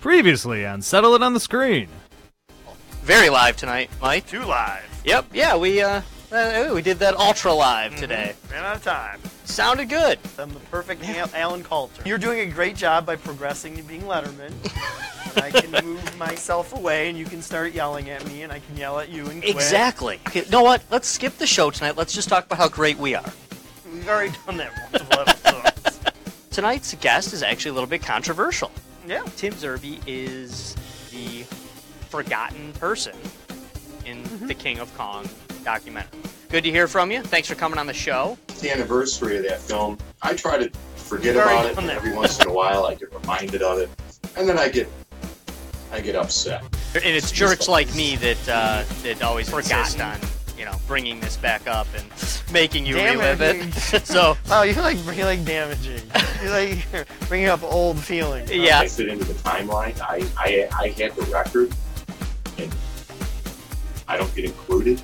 Previously on Settle It on the Screen. Very live tonight, Mike. Two live. Yep, yeah, we uh, uh, we did that ultra live today. Ran out of time. Sounded good. I'm the perfect Al- Alan Coulter. You're doing a great job by progressing to being Letterman. And I can move myself away, and you can start yelling at me, and I can yell at you and quit. Exactly. Okay, you know what? Let's skip the show tonight. Let's just talk about how great we are. We've already done that once. Tonight's guest is actually a little bit controversial. yeah. Tim Zerbe is the forgotten person in the King of Kong documentary. Good to hear from you. Thanks for coming on the show. the anniversary of that film, I try to forget Very about it. fun. And every once in a while, I get reminded of it, and then I get, I get upset. And it's jerks like me that uh, that always insist on you know bringing this back up and making you Damn it, relive it. so Wow, you're Oh, like you're like damaging. You're like you're bringing up old feelings. yeah, I fit into the timeline. I, I, I had the record, and I don't get included.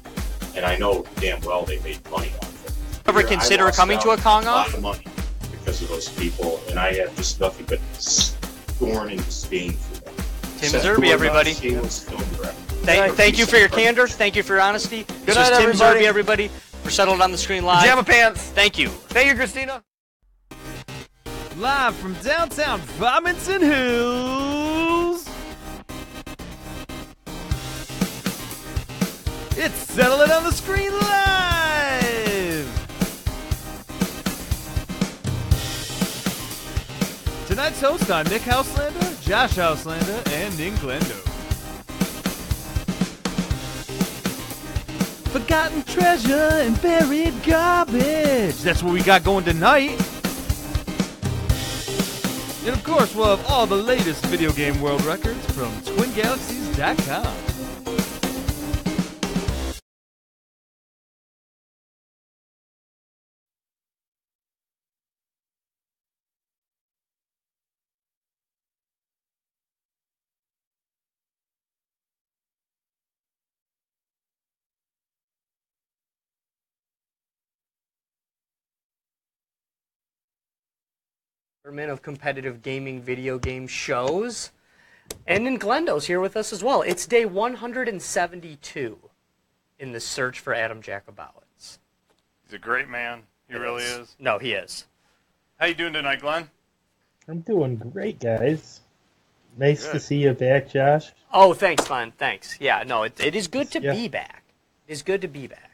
And I know damn well they made money off it. Ever Here, I consider lost coming out to a Kong lot off? of money because of those people, and I have just nothing but scorn and disdain for them. Tim Except Zerbe, for everybody. He was film director. Thank, night. thank you for your candor. Thank you for your honesty. this night, was Tim everybody. Zerbe, everybody. We're settled on the screen live. Pajama pants. Thank you. Thank you, Christina. Live from downtown Robinson Hills. It's Settle It on the Screen Live. Tonight's hosts are Nick Houselander, Josh Houselander, and Ning Glendo. Forgotten treasure and buried garbage. That's what we got going tonight. And of course, we'll have all the latest video game world records from TwinGalaxies.com. Chairman of competitive gaming video game shows. And then Glendo's here with us as well. It's day 172 in the search for Adam Jacobowitz. He's a great man. He really is. No, he is. How you doing tonight, Glenn? I'm doing great, guys. Nice to Good. see you back, Josh. Oh, thanks, man. Thanks. Yeah, no, it, it is good to Yeah. be back. It is good to be back.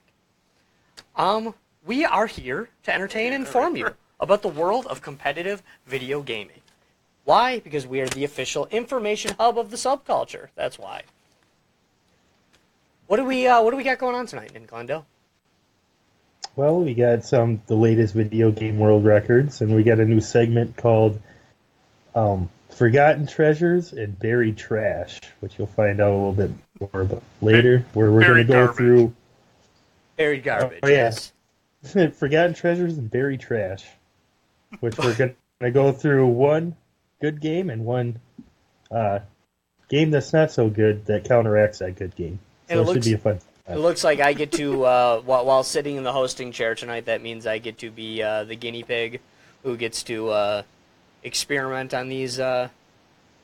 Um, we are here to entertain and inform you about the world of competitive video gaming. Why? Because we are the official information hub of the subculture. That's why. What do we uh, What do we got going on tonight in Glendale? Well, we got some the latest video game world records, and we got a new segment called um, "Forgotten Treasures and Buried Trash," which you'll find out a little bit more about later, where we're going to buried go garbage. through Buried garbage. yeah. forgotten treasures and buried trash, which we're going to go through one good game and one uh, game that's not so good that counteracts that good game. So And it it, looks- should be a fun. It looks like I get to uh, while, while sitting in the hosting chair tonight. That means I get to be uh, the guinea pig who gets to uh, experiment on these uh,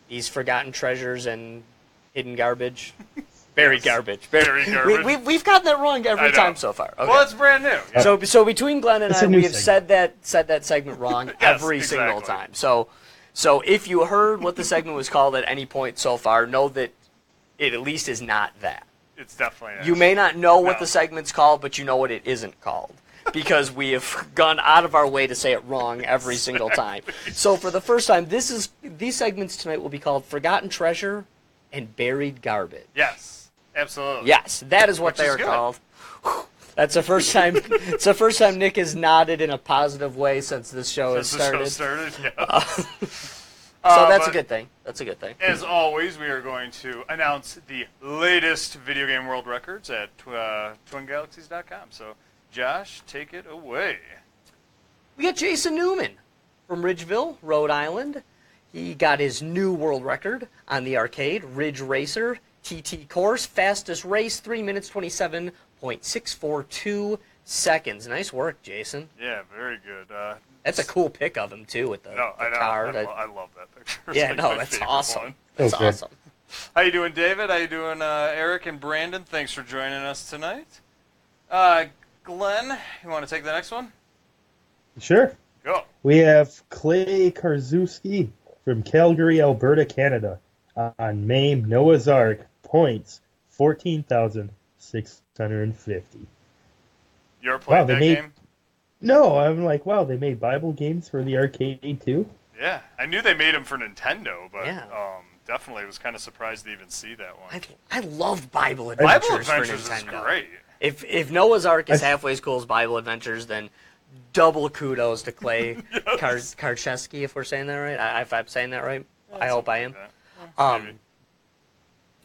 these forgotten treasures and hidden garbage, buried garbage. Very We, garbage. we, we've gotten that wrong I every know. time so far. Okay. Well, it's brand new. so so between Glenn and It's a I, new we have segment. said that said that segment wrong every single exactly. time. So so if you heard what the segment was called at any point so far, know that it at least is not that. It's definitely. You may not know what No. the segment's called, but you know what it isn't called because we have gone out of our way to say it wrong every single time. So for the first time, this is these segments tonight will be called "Forgotten Treasure" and "Buried Garbage." Yes, absolutely. Yes, that is what Which they is are good. called. That's the first time. it's the first time Nick has nodded in a positive way since this show has Since the show started. started. Yeah. so Uh, that's a but- good thing. That's a good thing. As always, we are going to announce the latest video game world records at tw- uh, twingalaxies.com. So, Josh, take it away. We got Jason Newman from Ridgeville, Rhode Island. He got his new world record on the arcade, Ridge Racer TT course, fastest race, 3 minutes 27.642 seconds. Nice work, Jason. Yeah, very good. Uh, That's a cool pic of him, too, with the, no, the I know. car. I, that- lo- I love that picture. It's yeah, like no, my that's favorite awesome. one. That's Okay. awesome. How you doing, David? How you doing, uh, Eric and Brandon? Thanks for joining us tonight. Uh, Glenn, you want to take the next one? Sure. Go. We have Clay Karzewski from Calgary, Alberta, Canada, on MAME Noah's Ark points fourteen thousand six hundred and fifty. You're playing they that made- game? No, I'm like, wow, they made Bible games for the arcade too. Yeah. I knew they made them for Nintendo, but Yeah. um, definitely was kind of surprised to even see that one. I, I love Bible Adventures, Bible Adventures for is Nintendo. great. If if Noah's Ark is I- halfway as cool as Bible Adventures, then double kudos to Clay Kar- Karczewski, if we're saying that right. I, if I'm saying that right, I hope I am. Yeah. Um,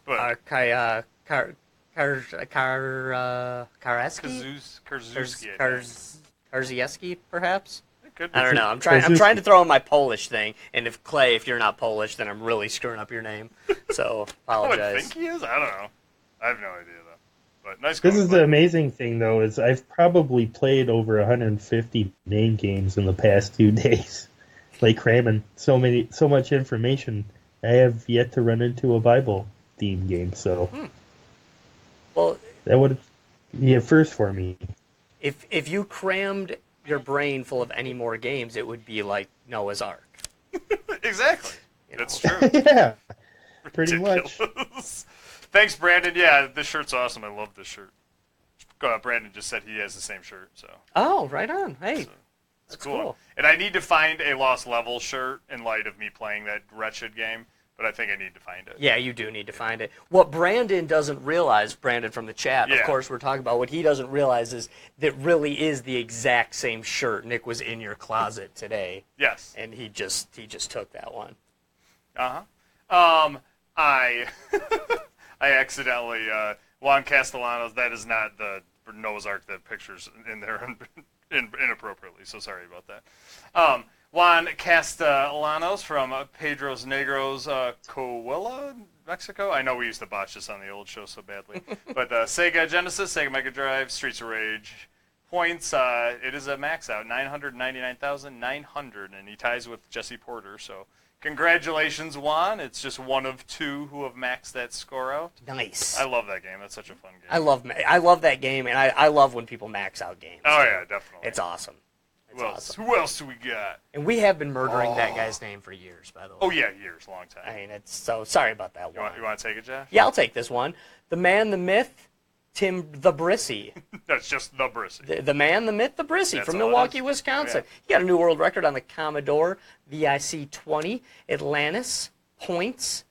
But uh, Kai, uh, Kar, Kar, Kar, uh, Kareski? Kazus, Karzewski, I think. Karz- Karzieski, perhaps? It could be. I don't know. I'm trying. I'm Karzewski. trying to throw in my Polish thing. And if Clay, if you're not Polish, then I'm really screwing up your name. So Oh, I would apologize. think he is. I don't know. I have no idea though. But nice. This going, is Glenn. the amazing thing, though, is I've probably played over 150 name games in the past two days, like cramming so many, so much information. I have yet to run into a Bible theme game, so Well, that would be a first for me. if if you crammed your brain full of any more games, it would be like Noah's Ark. Exactly. You know? That's true. yeah, pretty much. Ridiculous. Thanks, Brandon. Yeah, this shirt's awesome. I love this shirt. Uh, Brandon just said he has the same shirt, so Oh, right on. Hey, it's that's cool. cool. And I need to find a lost level shirt in light of me playing that wretched game, but I think I need to find it. Yeah, you do need to find it. What Brandon doesn't realize, Brandon from the chat, Yeah. of course, we're talking about what he doesn't realize is that really is the exact same shirt Nick was in your closet today, Yes. and he just he just took that one. Uh huh. Um, I I accidentally uh, Juan Castellanos. That is not the Noah's Ark. That pictures in there in, inappropriately. So sorry about that. Um, Juan Castellanos from uh, Pedro's Negros, uh, Coahuila, Mexico. I know we used to botch this on the old show so badly, but uh, Sega Genesis, Sega Mega Drive, Streets of Rage. Points. Uh, it is a max out, nine hundred ninety-nine thousand nine hundred, and he ties with Jesse Porter. So, congratulations, Juan. It's just one of two who have maxed that score out. Nice. I love that game. That's such a fun game. I love ma- I love that game, and I, I love when people max out games. oh too. yeah, definitely. it's awesome. It's who else? awesome. Who else do we got? And we have been murdering that guy's name for years, by the way. Oh yeah, years, long time. I mean, it's so sorry about that You one. want you want to take it, Josh? Yeah, I'll take this one. The man, the myth, Tim the Brissy. That's just the brissy. The, the man, the myth, the Brissy That's from all it Milwaukee, is? Wisconsin. Yeah. He got a new world record on the Commodore VIC 20, Atlantis, points,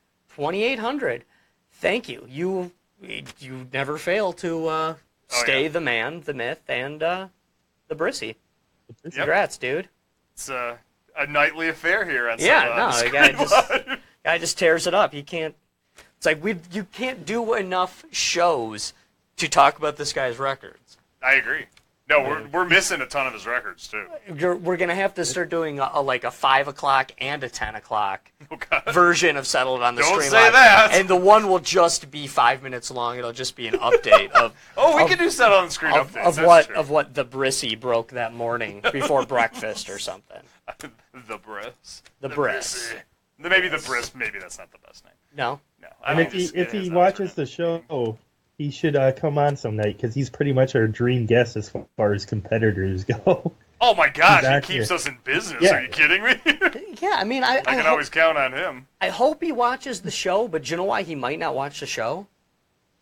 2,800. Thank you. You you never fail to uh, stay Oh, yeah. the man, the myth, and uh, the Brissy. Yep. Congrats, dude. It's uh, a nightly affair here uh, on Yeah, Solo no, House. the guy just guy just tears it up. He can't. It's like we you can't do enough shows to talk about this guy's records. I agree. No, we're we're missing a ton of his records too. You're, we're gonna have to start doing a, a like a five o'clock and a ten o'clock Oh God. version of Settled on the Don't Stream. say Live. that. And the one will just be five minutes long. It'll just be an update of Oh, we could do set on screen of, updates. of that's what true. of what the Brissy broke that morning before breakfast or something. the briss. The Briss. Brissy. The- Maybe the briss. Maybe that's not the best name. No, No. I And think if he it's- it if is he not watches true. the show, he should uh, come on some night because he's pretty much our dream guest as far as competitors go. Oh my God, he's out he keeps here. us in business. Yeah. Are you kidding me? yeah. I mean, I I can hope- always count on him. I hope he watches the show, but you know why he might not watch the show?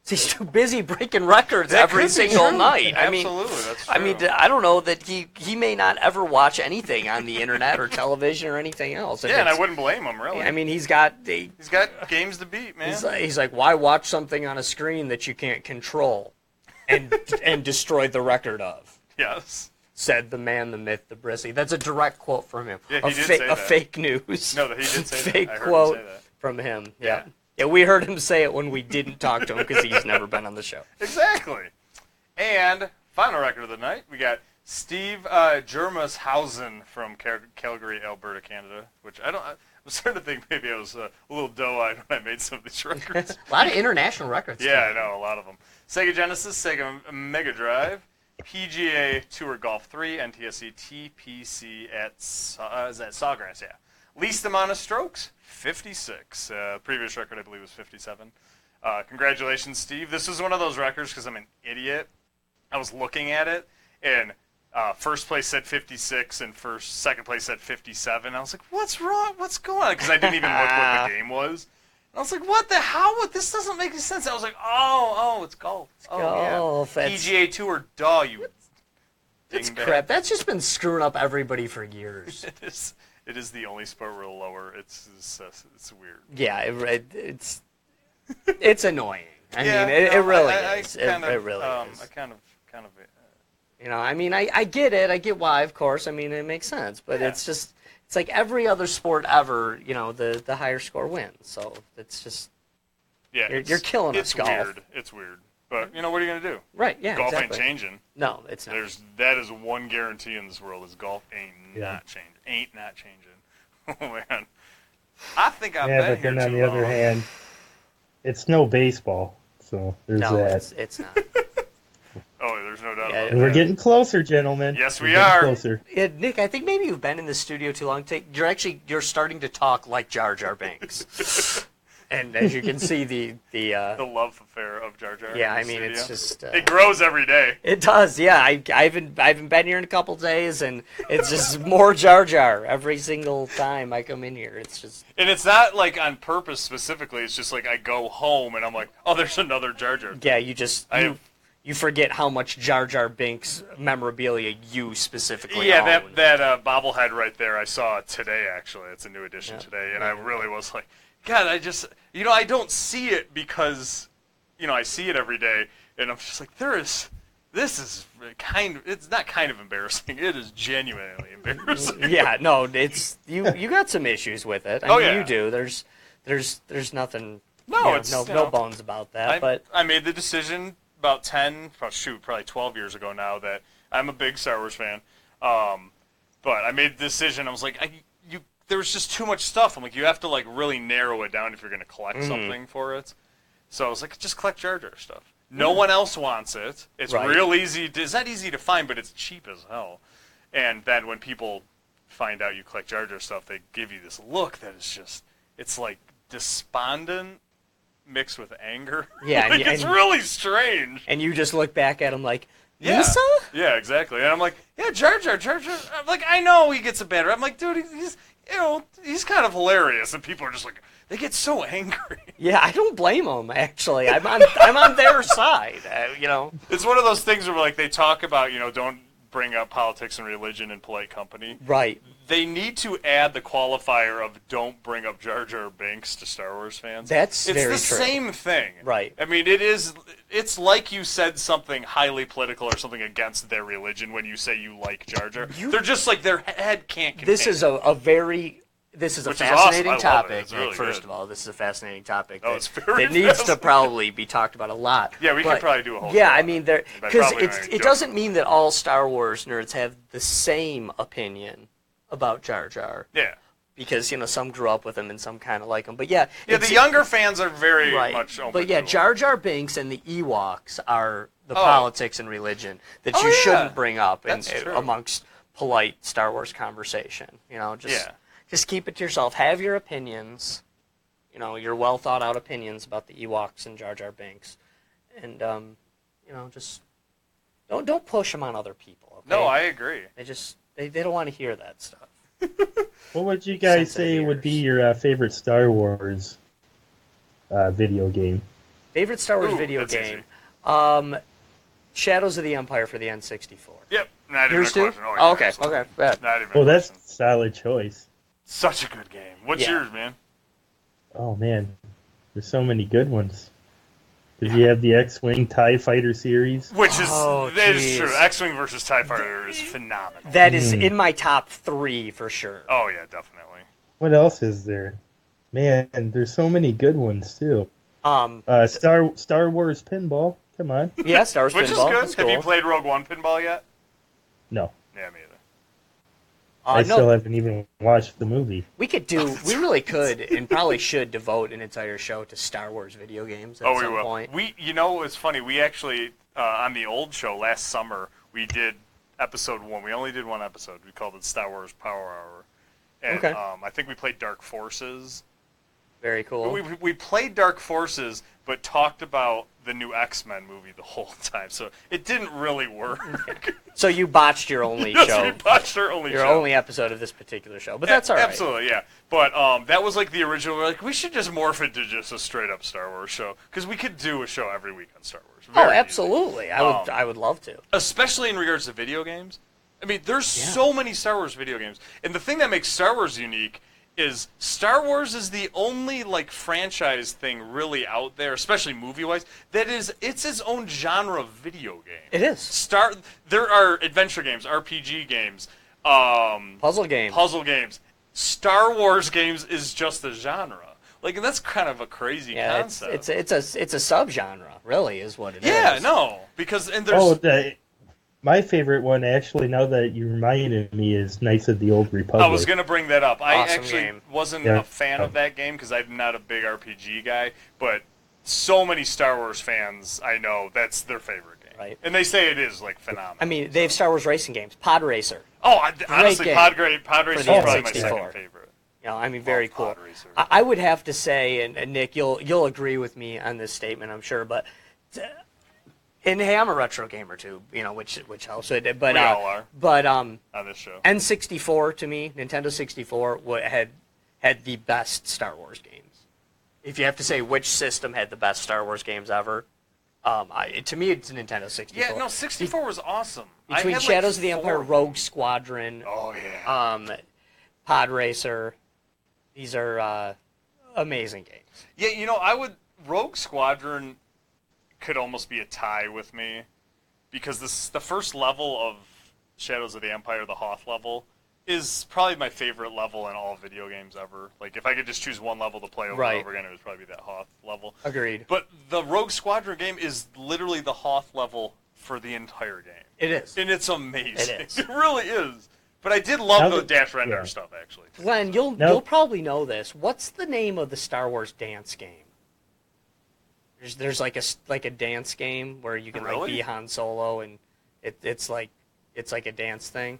'Cause He's too busy breaking records That could every be single true. night. I mean, Absolutely, that's I mean, true. I don't know that he he may not ever watch anything on the internet or television or anything else. If Yeah, and I it's- wouldn't blame him really. I mean, he's got he, he's got games to beat, man. he's, like, he's like, why watch something on a screen that you can't control and and destroy the record of? Yes. Said the man, the myth, the brissy. That's a direct quote from him. Yeah, he a did fa- say a that. fake news. No, that he did say that. fake I heard him quote say that. from him. Yeah. Yeah. yeah, we heard him say it when we didn't talk to him because he's never been on the show. Exactly. And final record of the night, we got Steve uh, Germashausen from Cal- Calgary, Alberta, Canada. Which I don't. I'm starting to think maybe I was uh, a little doe-eyed when I made some of these records. A lot of international records. yeah, I know a lot of them. Sega Genesis, Sega Mega Drive, PGA Tour Golf 3, NTSC TPC at Sa- uh, is that Sawgrass? Yeah. Least amount of strokes, 56. Uh, previous record, I believe, was 57. Uh, congratulations, Steve. This is one of those records because I'm an idiot. I was looking at it, and uh, first place said 56, and first second place said 57. I was like, "What's wrong? What's going on?" Because I didn't even look what the game was. And I was like, "What the? How? What? This doesn't make any sense." I was like, "Oh, oh, it's golf. oh, golf. yeah. That's- PGA Tour, duh, you." That's dingbat." crap. That's just been screwing up everybody for years. It is. It is the only sport we're lower. It's it's, uh, it's weird. yeah, it, it, it's it's annoying. I Yeah, mean, it, no, it really I- I- I is. It, kind it of, really um, is. I kind of, kind of. uh, You know, I mean, I, I get it. I get why, of course. I mean, it makes sense. But Yeah. it's just, it's like every other sport ever, you know, the, the higher score wins. So it's just, Yeah, You're- it's- you're killing it's us, golf. Weird. It's weird, but you know what are you gonna do? right, yeah. golf exactly. ain't changing. No, it's not. There's that is one guarantee in this world is golf ain't Yeah. not changing. Ain't not changing. oh man, I think I've yeah, been but then here on too the other long. hand, it's no baseball, so there's no, that. it's, it's not. oh, there's no doubt. Yeah, about And we're that. getting closer, gentlemen. Yes, We're we getting are. Closer. Yeah, Nick, I think maybe you've been in the studio too long. Take, you're actually you're starting to talk like Jar Jar Banks, and as you can see, the the uh, the love affair of Jar Jar. yeah, in I the mean, it's studio. just uh, it grows every day. It does, yeah. I, I haven't I haven't been here in a couple days, and it's just more Jar Jar every single time I come in here. It's just And it's not like on purpose specifically. It's just like I go home and I'm like, oh, there's another Jar Jar. yeah, you just I- you, you forget how much Jar Jar Binks memorabilia you specifically Yeah, own. that that uh, bobblehead right there, I saw it today. Actually, it's a new edition Yeah. today, and I really was like, God, I just, you know, I don't see it because, you know, I see it every day, and I'm just like, there is, this is kind of, it's not kind of embarrassing. It is genuinely embarrassing. yeah, no, it's you you got some issues with it. I Oh, mean, yeah. you do. There's there's there's nothing. No, you know, it's, no no you know, bones about that. I, but I made the decision about 10, pro- shoot, probably 12 years ago now that I'm a big Star Wars fan. Um, but I made the decision. I was like, I, you, there was just too much stuff. I'm like, you have to like really narrow it down if you're going to collect Mm-hmm. something for it. So I was like, just collect Jar Jar stuff. No one else wants it. It's Mm-hmm. Right. real easy. To, it's not easy to find, but it's cheap as hell. And then when people find out you collect Jar Jar stuff, they give you this look that is just, it's like despondent mixed with anger. Yeah, like, and- it's and- really strange. and you just look back at him like Yeah. Lisa. Yeah, exactly. And I'm like, yeah, Jar Jar, Jar Jar. I'm like, I know he gets a bad rap. I'm like, dude, he's, you know, he's kind of hilarious. And people are just like, they get so angry. Yeah, I don't blame him. Actually, I'm on I'm on their side. Uh, you know. It's one of those things where like they talk about, you know, don't bring up politics and religion in polite company. Right. They need to add the qualifier of don't bring up Jar Jar Binks to Star Wars fans. That's it's very the true. same thing, Right. I mean, it is. It's like you said something highly political or something against their religion when you say you like Jar Jar. You- They're just like their head can't. Contain This it. is a, a very this is a Which is awesome. fascinating I love it. topic. It's really Nick, first good. of all, this is a fascinating topic Oh, that, it's very that needs to fascinating. probably be talked about a lot. Yeah, we could But- probably do a whole Yeah, show I on mean, it, there but because probably not it joking. doesn't mean that all Star Wars nerds have the same opinion about Jar Jar yeah. because you know some grew up with him and some kind of like him. But yeah, Yeah, it's- the younger fans are very right. much open. but yeah, to it. Jar Jar Binks and the Ewoks are the politics and religion that you Oh, yeah. shouldn't bring up in, That's true. amongst polite Star Wars conversation. You know, just Yeah. just keep it to yourself. Have your opinions. You know, your well thought out opinions about the Ewoks and Jar Jar Binks, and um, you know, just don't don't push them on other people. Okay? No, I agree. they just they, they don't want to hear that stuff. What would you guys Sensitive say would be ears. your uh, favorite Star Wars uh, video game? Favorite Star Wars Ooh, video that's game, easy. um, Shadows of the Empire for the N sixty four. Yep. Not even a Yours too? question. Oh, yeah, okay, absolutely. okay. yeah. Not even. a Oh, that's question. solid choice. such a good game. What's Yeah. yours, man? Oh man, there's so many good ones. Did you have the X-wing Tie Fighter series? Which is Oh, that is jeez. true. X-wing versus E Tie Fighter is phenomenal. That is in my top three for sure. Oh yeah, definitely. What else is there? Man, there's so many good ones too. Um, Uh, Star Star Wars Pinball. Come on. yeah, Star Wars Which is Pinball. good. That's Have you cool. played Rogue One pinball yet? No, Yeah, me either. Uh, I no, still haven't even watched the movie. we could do. We really could and probably should devote an entire show to Star Wars video games at Oh, we some will. point. We, you know, it's funny. We actually uh, on the old show last summer we did episode one. We only did one episode. We called it Star Wars Power Hour, And Okay. um, I think we played Dark Forces. Very cool. We, we- we played Dark Forces, but talked about the new X Men movie the whole time, so it didn't really work. so you botched your only yes, show, we botched our only your show. only episode of this particular show, but that's all right. Absolutely, yeah. But um, that was like the original. Like we should just morph into just a straight up Star Wars show because we could do a show every week on Star Wars. Oh, Very easily. absolutely. I would. Um, I would love to. Especially in regards to video games. I mean, there's so many Star Wars video games, and the thing that makes Star Wars unique is Star Wars is the only like franchise thing really out there, especially movie wise, that is it's its own genre of video game. It is Star there are adventure games, RPG games, um, puzzle game. puzzle games. Star Wars games is just a genre. Like and that's kind of a crazy yeah, it's, concept. it's it's a it's a subgenre. Really, is what it is. yeah, no, because and there's Oh, the, my favorite one actually. Now that you reminded me, is Knights of the Old Republic. I was gonna bring that up. I Awesome actually game. wasn't Yeah. a fan of that game because I'm not a big RPG guy, but so many Star Wars fans I know that's their favorite game, Right. and they say it is like phenomenal. I mean, they have Star Wars racing games. Pod Racer. oh, I, honestly, game Pod Racer Pod Racer is the probably my N64. second favorite. You know, I mean, very Love cool. Pod Racer. I, I would have to say, and, and Nick, you'll you'll agree with me on this statement, I'm sure, but. uh, And hey, I'm a retro gamer too, you know, which which helps. But but, We uh, all are. but um, On this show, N64 to me, Nintendo 64 wa had had the best Star Wars games. If you have to say which system had the best Star Wars games ever, um, I, to me it's Nintendo 64. yeah, no, 64 was awesome. I Between had, like, Shadows of the Empire, four. Rogue Squadron, Oh yeah. um, Pod Racer, these are uh, amazing games. Yeah, you know, I would Rogue Squadron could almost be a tie with me because this the first level of Shadows of the Empire, the Hoth level, is probably my favorite level in all video games ever. Like if I could just choose one level to play over Right. and over again, it would probably be that Hoth level. Agreed. But the Rogue Squadron game is literally the Hoth level for the entire game. It is. And it's amazing. It is. It really is. But I did love Now the that- dash render yeah. stuff actually. Glenn, you'll Now- you'll probably know this. What's the name of the Star Wars dance game? There's there's like a s- like a dance game where you can like Really? be Han Solo and it, it's like it's like a dance thing.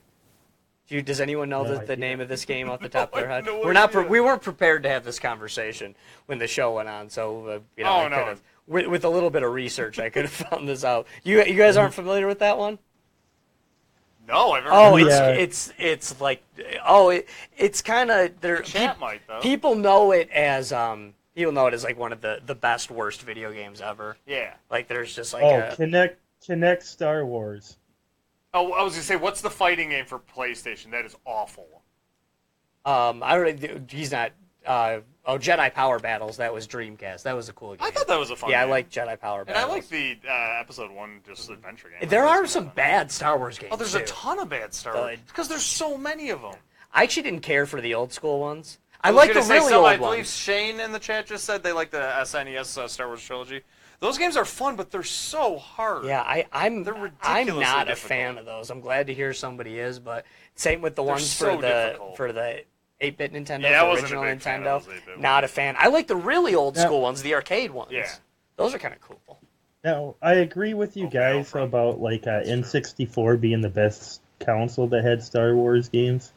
Do you, does anyone know No the, the idea. name of this game off the top of their I head? have no we're not pre- idea. we weren't prepared to have this conversation when the show went on, so uh, you know Oh, I no. could've- with, with a little bit of research I could have found this out. You you guys aren't familiar with that one? No, I've never Oh, heard of it's it. Mm-hmm. Yeah. it's it's like oh, it, it's kind of there. Chat might though. People know it as um. People know it as like one of the the best worst video games ever. yeah. Like there's just like Oh, a, connect, connect Star Wars. Oh, I was gonna say, what's the fighting game for PlayStation? That is awful. um. I don't. He's not. Uh. Oh, Jedi Power Battles. That was Dreamcast. That was a cool game. I thought that was a fun. yeah, game. I like Jedi Power and I Battles. like the uh, episode one just adventure game. There That's are really some fun. bad Star Wars games. Oh, there's too. a ton of bad Star Wars Good. because there's so many of them. I actually didn't care for the old school ones. I, was like the gonna say, really some- old I believe ones. Shane in the chat just said they like the SNES uh, Star Wars trilogy. Those games are fun, but they're so hard. Yeah, I, I'm. They're I'm ridiculously not a difficult. fan of those. I'm glad to hear somebody is, but same with the ones so for the difficult. for the 8-bit Nintendo, Yeah, I the wasn't a original big Nintendo. fan of those 8-bit not a fan. I like the really old Yeah. school ones, the arcade ones. Yeah. those are kind of cool. Now, I agree with you Oh, guys Battlefront. about like uh, true. N64 being the best console that had Star Wars games,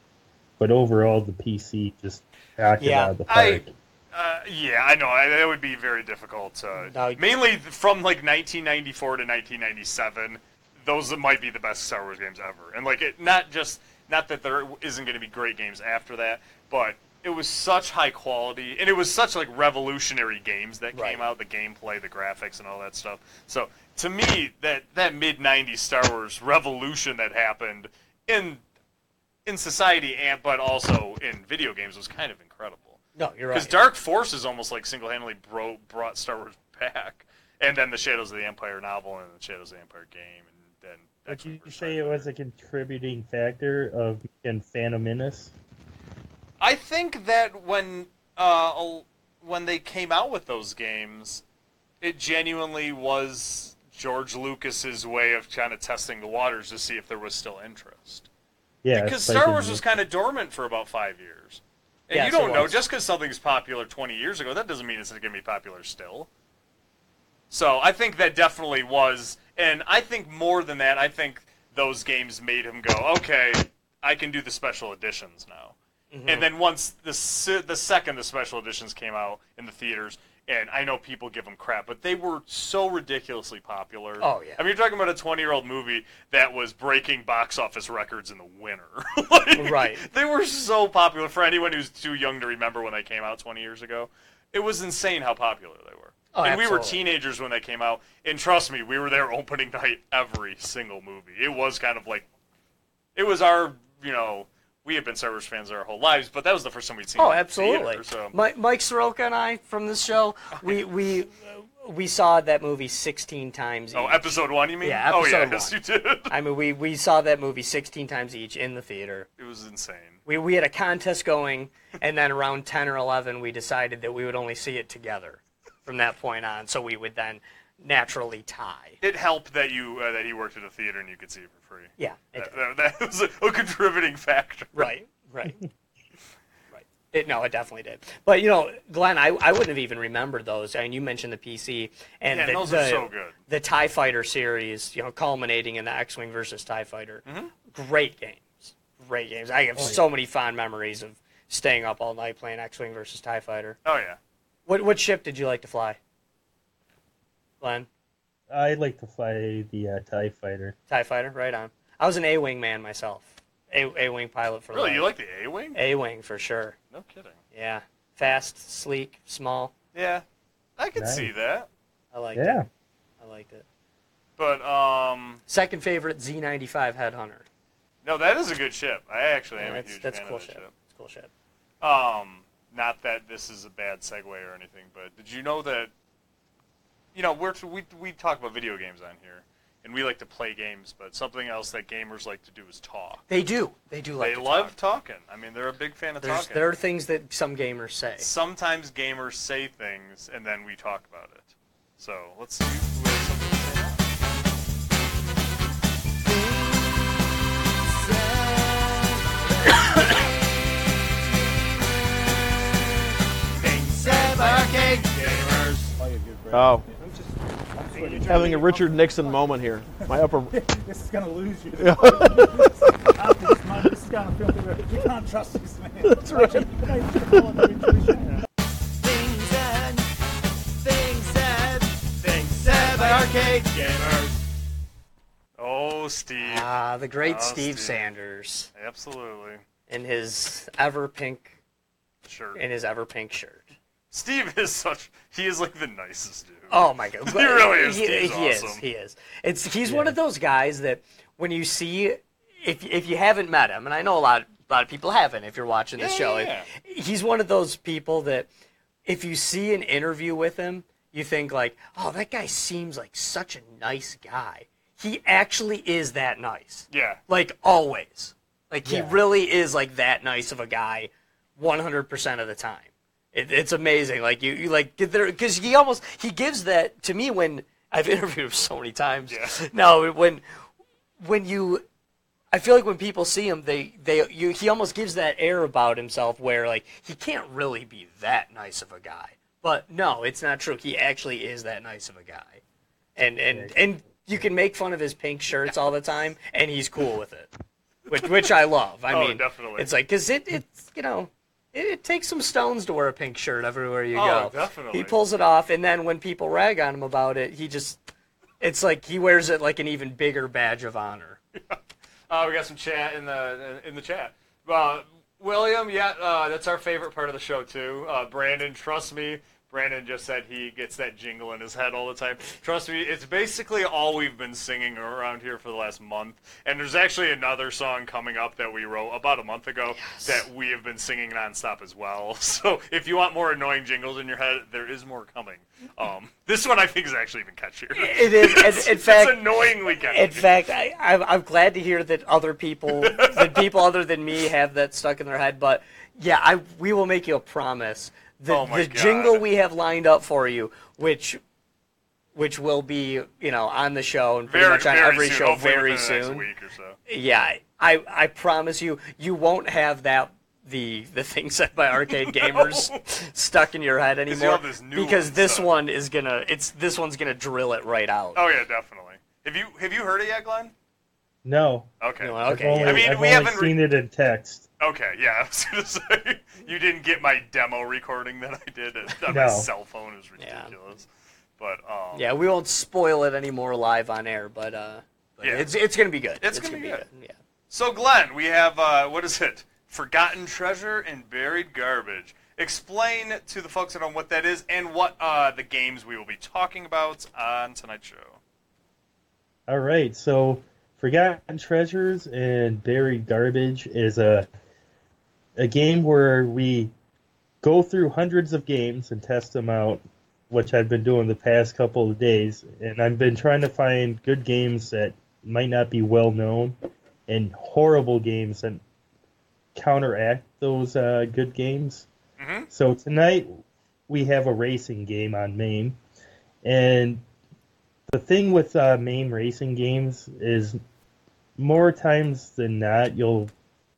but overall the PC just knocked it Yeah, out of the I- park. Uh, yeah, I know. I, that would be very difficult. Uh, No, Mm, you- mainly from like 1994 to 1997, those might be the best Star Wars games ever. And like, it not just not that there isn't going to be great games after that, but it was such high quality, and it was such like revolutionary games that Right. came out, the gameplay, the graphics, and all that stuff. So to me, that that mid 90s Star Wars revolution that happened in in society, and but also in video games was kind of incredible. No, you're Because right. Dark Forces almost like single-handedly bro- brought Star Wars back, and then the Shadows of the Empire novel and the Shadows of the Empire game, and then. Would X-Men Uh, you versus say it Iron Man. was a contributing factor of in Phantom Menace? I think that when uh, al- when they came out with those games, it genuinely was George Lucas's way of kind of testing the waters to see if there was still interest. Yeah, because it's like Star in Wars the- was kind of dormant for about five years, and Yes, you it don't know was. just because something's popular twenty years ago, that doesn't mean it's going to be popular still. So I think that definitely was, and I think more than that, I think those games made him go, okay, I can do the special editions now. Mm-hmm. And then once the se- the second the special editions came out in the theaters, and I know people give them crap, but they were so ridiculously popular. Oh, yeah. I mean, you're talking about a 20 year old movie that was breaking box office records in the winter. Like, Right. They were so popular for anyone who's too young to remember when they came out 20 years ago. It was insane how popular they were. Oh, and we were absolutely. teenagers when they came out, and trust me, we were there opening night every single movie. It was kind of like it was our, you know, we have been Cerberus fans our whole lives, but that was the first time we'd seen. Oh, it in the absolutely. theater, so. Mi- Mike Soroka and I from this show, we we uh, we saw that movie 16 times. Oh, each. episode one, you mean? Yeah, oh, yeah, episode yes, you one. did. I mean, we we saw that movie 16 times each in the theater. It was insane. We we had a contest going, and then around 10 or 11, we decided that we would only see it together. From that point on, so we would then naturally tie. It helped that you uh, that he worked at a theater and you could see it for free. Yeah, it That, did. that, that was a, a contributing factor. Right, right, right. It, no, it definitely did. But you know, Glenn, I, I wouldn't have even remembered those. I mean, you mentioned the PC and Yeah, the, those the, are so good. The Tie Fighter series, you know, culminating in the X Wing versus Tie Fighter. Mm-hmm. Great games, great games. I have so many fond memories of staying up all night playing X Wing versus Tie Fighter. Oh yeah. What what ship did you like to fly, Glenn? I like to fly the uh, Tie Fighter. Tie Fighter, right on. I was an A Wing man myself. A A Wing pilot for Really, life. you like the A wing? A Wing for sure. No kidding. Yeah, fast, sleek, small. Yeah, I could Nice. see that. I liked Yeah, it. I liked it. But um, Second favorite Z95 Headhunter. no, that is a good ship. I actually am a that's huge that's fan cool of that shit. ship. That's cool shit. Um, not that this is a bad segue or anything, but did you know that? You know, we're we we talk about video games on here, and we like to play games, but something else that gamers like to do is talk. They do. They do like they to love talk. talking. I mean, they're a big fan of There's, talking. there are things that some gamers say. Sometimes gamers say things, and then we talk about it. So let's see who has something to say. now. Oh. Having a Richard Nixon moment here. My upper. This is gonna lose you. After this moment, this is gonna feel good. You can't trust this man. That's right. You can't even follow their intuition. Oh, Steve, Ah, the great Oh, Steve Steve. Sanders absolutely. in his ever pink Sure. in his ever pink shirt. Steve is such. He is like the nicest dude. Oh my god, He really is. He, He's he is. awesome. He is. It's he's one of those guys that when you see, if if you haven't met him, and I know a lot a lot of people haven't. If you're watching this Yeah, show, yeah, If- he's one of those people that if you see an interview with him, you think like, oh, that guy seems like such a nice guy. He actually is that nice. Yeah. Like always. Like he really is like that nice of a guy, one hundred percent of the time. It, it's amazing. Like you, you like get there because he almost he gives that to me when I've interviewed him so many times. Yeah. No, when when you, I feel like when people see him, they they you he almost gives that air about himself where like he can't really be that nice of a guy. But no, it's not true. He actually is that nice of a guy, and and and you can make fun of his pink shirts all the time, and he's cool with it which which I love. I Oh, mean, definitely. It's like because it it's you know. It, it takes some stones to wear a pink shirt everywhere you go. Oh, definitely. He pulls it off, and then when people rag on him about it, he just, it's like he wears it like an even bigger badge of honor. Uh, we got some chat in the in the chat. Uh, William, yeah, uh, that's our favorite part of the show too. Uh, Brandon, trust me. Brandon just said he gets that jingle in his head all the time. Trust me, it's basically all we've been singing around here for the last month. And there's actually another song coming up that we wrote about a month ago that we have been singing nonstop as well. So if you want more annoying jingles in your head, there is more coming. Um, this one I think is actually even catchier. It is. In, in fact, it's annoyingly catchy. in fact, I, I'm, I'm glad to hear that other people, that people other than me, have that stuck in their head. But yeah, I we will make you a promise. The, Oh my the God. jingle we have lined up for you, which which will be you know on the show and pretty very, much on very every soon, show hopefully very within the soon. Next week or so. Yeah, I I promise you, you won't have that the the thing said by arcade gamers stuck in your head you'll anymore have this new because one this stuck. one is gonna it's this one's gonna drill it right out. Oh yeah, definitely. Have you have you heard it yet, Glenn? no, Okay. You know, I've okay, only, yeah. I mean, I've we only haven't re- seen it in text. Okay, yeah, I was gonna say you didn't get my demo recording that I did on my No. cell phone. It was Yeah. ridiculous, but um, Yeah, we won't spoil it anymore live on air, but uh, but Yeah. it's it's gonna be good. It's gonna be good. Yeah. So Glenn, we have uh, what is it? Forgotten treasure and buried garbage. Explain to the folks at home what that is and what uh, the games we will be talking about on tonight's show. All right, so Forgotten Treasures and Buried Garbage is a a game where we go through hundreds of games and test them out, which I've been doing the past couple of days, and I've been trying to find good games that might not be well known and horrible games that counteract those uh, good games. Mhm. So tonight we have a racing game on Maine, and the thing with uh, main racing games is more times than not you'll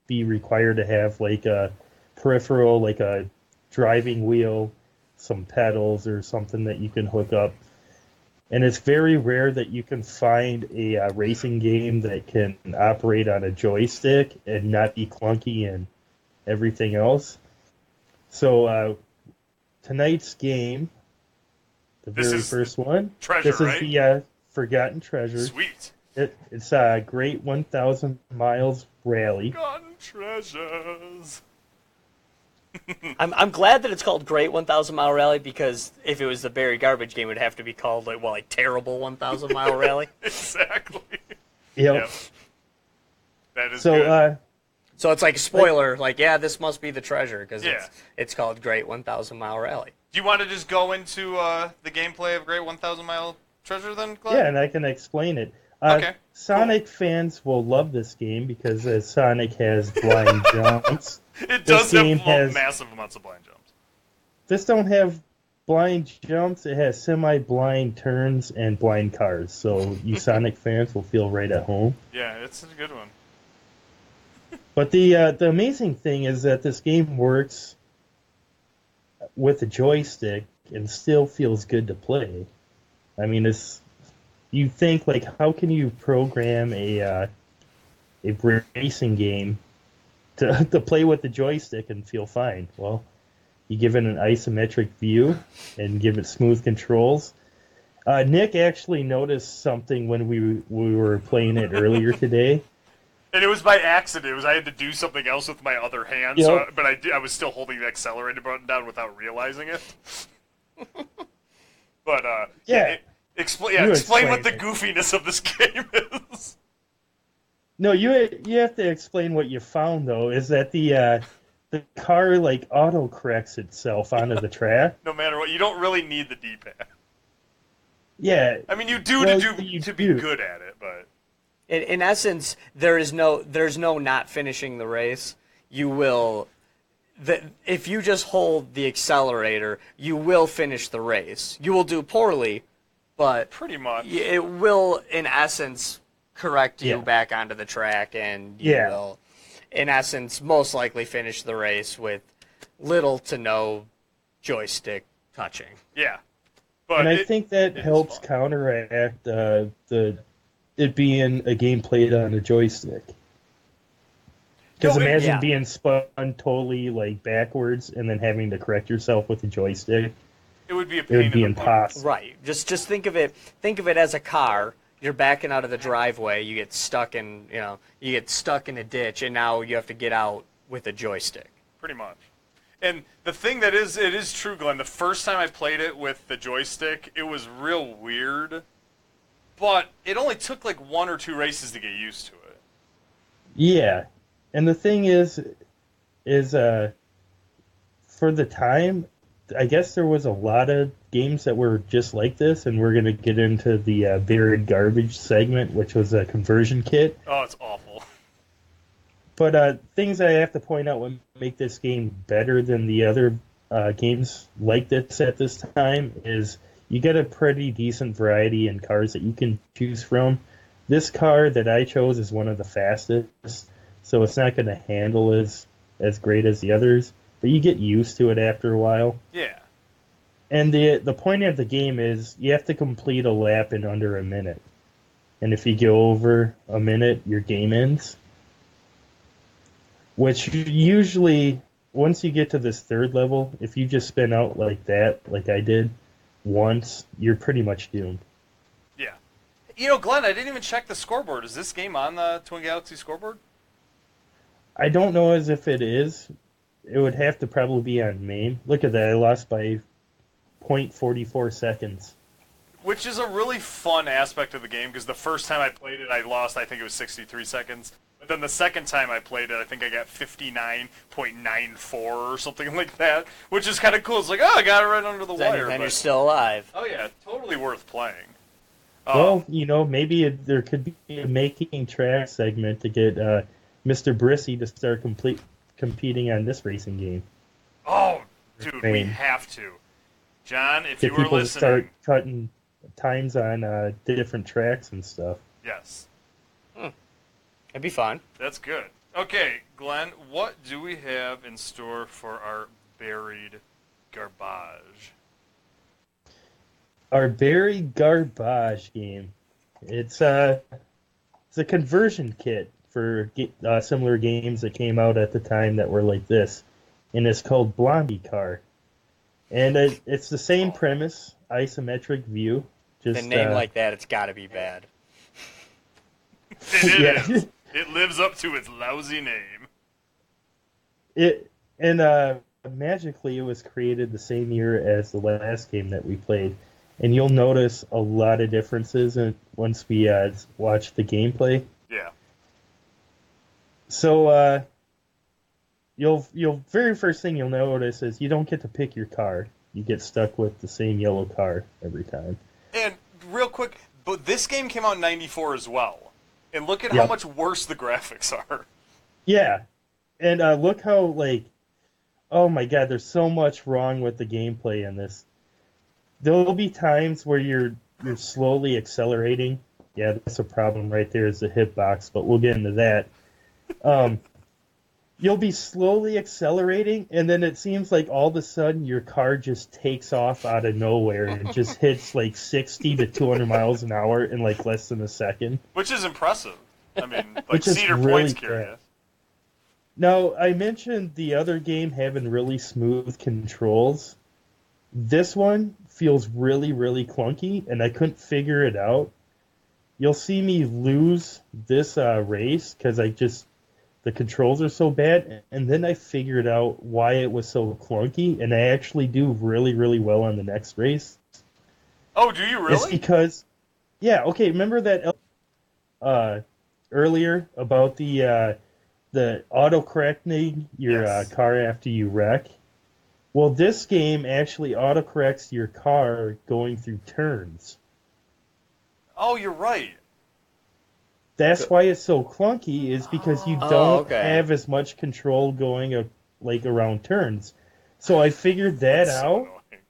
be required to have like a peripheral like a driving wheel some pedals or something that you can hook up and it's very rare that you can find a uh, racing game that can operate on a joystick and not be clunky and everything else so uh, tonight's game the This very is first one Treasure, this is right? the uh, Forgotten Treasures. Sweet. It, it's a great 1,000 miles rally. Forgotten treasures. I'm I'm glad that it's called Great 1,000 Mile Rally because if it was the Barry Garbage game, it would have to be called like well like Terrible 1,000 Mile Rally. Exactly. Yep. Yep. That is So, good. uh, So it's like a spoiler, like yeah, this must be the treasure because it's Yeah. it's called Great 1,000 Mile Rally. Do you want to just go into uh, the gameplay of Great 1,000 Mile Treasure then, Glenn? yeah, and I can explain it. Uh, Okay, cool. Sonic fans will love this game because uh, Sonic has blind jumps. It does have game mo- has- massive amounts of blind jumps. This don't have blind jumps. It has semi-blind turns and blind cars. So you Sonic fans will feel right at home. Yeah, it's a good one. But the uh, the amazing thing is that this game works with a joystick and still feels good to play. I mean, it's you think like how can you program a uh, a racing game to to play with the joystick and feel fine? Well, you give it an isometric view and give it smooth controls. Uh, Nick actually noticed something when we we were playing it earlier today. And it was by accident. It was I had to do something else with my other hand, so Yep. but I, did- I was still holding the accelerator button down without realizing it. but uh, Yeah. it, explain yeah, You explain what the explained goofiness of this game is. No, you you have to explain what you found though. Is that the uh, the car like auto corrects itself onto the track? No matter what, you don't really need the D-pad. Yeah, I mean, you do Well, to do you to be do. good at it, but In, in essence, there is no there's no not finishing the race. You will the, if you just hold the accelerator, you will finish the race. You will do poorly, but pretty much. y- it will in essence correct you Yeah. back onto the track and you Yeah. will in essence most likely finish the race with little to no joystick touching. Yeah, but and I it- think that is helps fun. counteract uh, the it being a game played on a joystick. Because No, it- imagine yeah. being spun totally like backwards and then having to correct yourself with a joystick. it would be a It pain would be in the butt. impossible. Right. Just just think of it think of it as a car. You're backing out of the driveway, you get stuck in you know, you get stuck in a ditch and now you have to get out with a joystick. pretty much. And the thing that is, it is true, Glenn. The first time I played it with the joystick, it was real weird, but it only took like one or two races to get used to it. Yeah, and the thing is, is uh, for the time, I guess there was a lot of games that were just like this, and we're gonna get into the uh, buried garbage segment, which was a conversion kit. Oh, it's awful. But uh, things I have to point out would make this game better than the other uh, games like this at this time is you get a pretty decent variety in cars that you can choose from. This car that I chose is one of the fastest, so it's not going to handle as as great as the others, but you get used to it after a while. Yeah, And the the point of the game is you have to complete a lap in under a minute. And if you go over a minute, your game ends. which you usually once you get to this third level, if you just spin out like that, like I did once, you're pretty much doomed. Yeah. You know, Glenn, I didn't even check the scoreboard. Is this game on the Twin Galaxy scoreboard? I don't know as if it is. It would have to probably be on main. Look at that, I lost by 0.44 seconds. Which is a really fun aspect of the game because the first time I played it, I lost, I think it was 63 seconds. But then the second time I played it, I think I got 59.94 or something like that, which is kind of cool. It's like, oh, I got it right under the Then, wire. then you're but- still alive. oh, yeah, totally worth playing. Oh. Well, you know, maybe it, there could be a making track segment to get uh, Mr. Brissy to start complete competing on this racing game. Oh, dude, we Fame. have to. John, if Get you were people to listening, start cutting times on uh, the different tracks and stuff. yes, That'd be fun. that's good. Okay, Glenn, what do we have in store for our buried garbage? Our buried garbage game. It's a it's a conversion kit for ga- uh, similar games that came out at the time that were like this, and it's called Blondie Car, and it, it's the same premise, isometric view. Just The name uh, like that, it's got to be bad. It Yeah. is. It lives up to its lousy name. it and uh magically it was created the same year as the last game that we played and you'll notice a lot of differences in, once we uh, watch the gameplay Yeah. so uh you'll you'll very first thing you'll notice is you don't get to pick your car you get stuck with the same yellow car every time And real quick, but this game came out in '94 as well. And look at how Yep. much worse the graphics are. Yeah, and uh, look how like, oh my God, there's so much wrong with the gameplay in this. There will be times where you're you're slowly accelerating. Yeah, that's a problem right there is the hitbox, but we'll get into that. Um, you'll be slowly accelerating, and then it seems like all of a sudden your car just takes off out of nowhere and just hits like 60 to 200 miles an hour in like less than a second. Which is impressive. I mean, like Which is Cedar really Point's bad. curious. Now, I mentioned the other game having really smooth controls. This one feels really, really clunky, and I couldn't figure it out. You'll see me lose this uh, race because I just the controls are so bad, and then I figured out why it was so clunky, and I actually do really, really well on the next race. Oh, do you It's e- really? because, yeah, okay. Remember that uh, earlier about the uh, the auto correcting your Yes. uh, car after you wreck. Well, this game actually auto corrects your car going through turns. oh, you're right. That's why it's so clunky. Is because you Oh, don't okay. have as much control going uh, like around turns. So I figured that So out. annoying.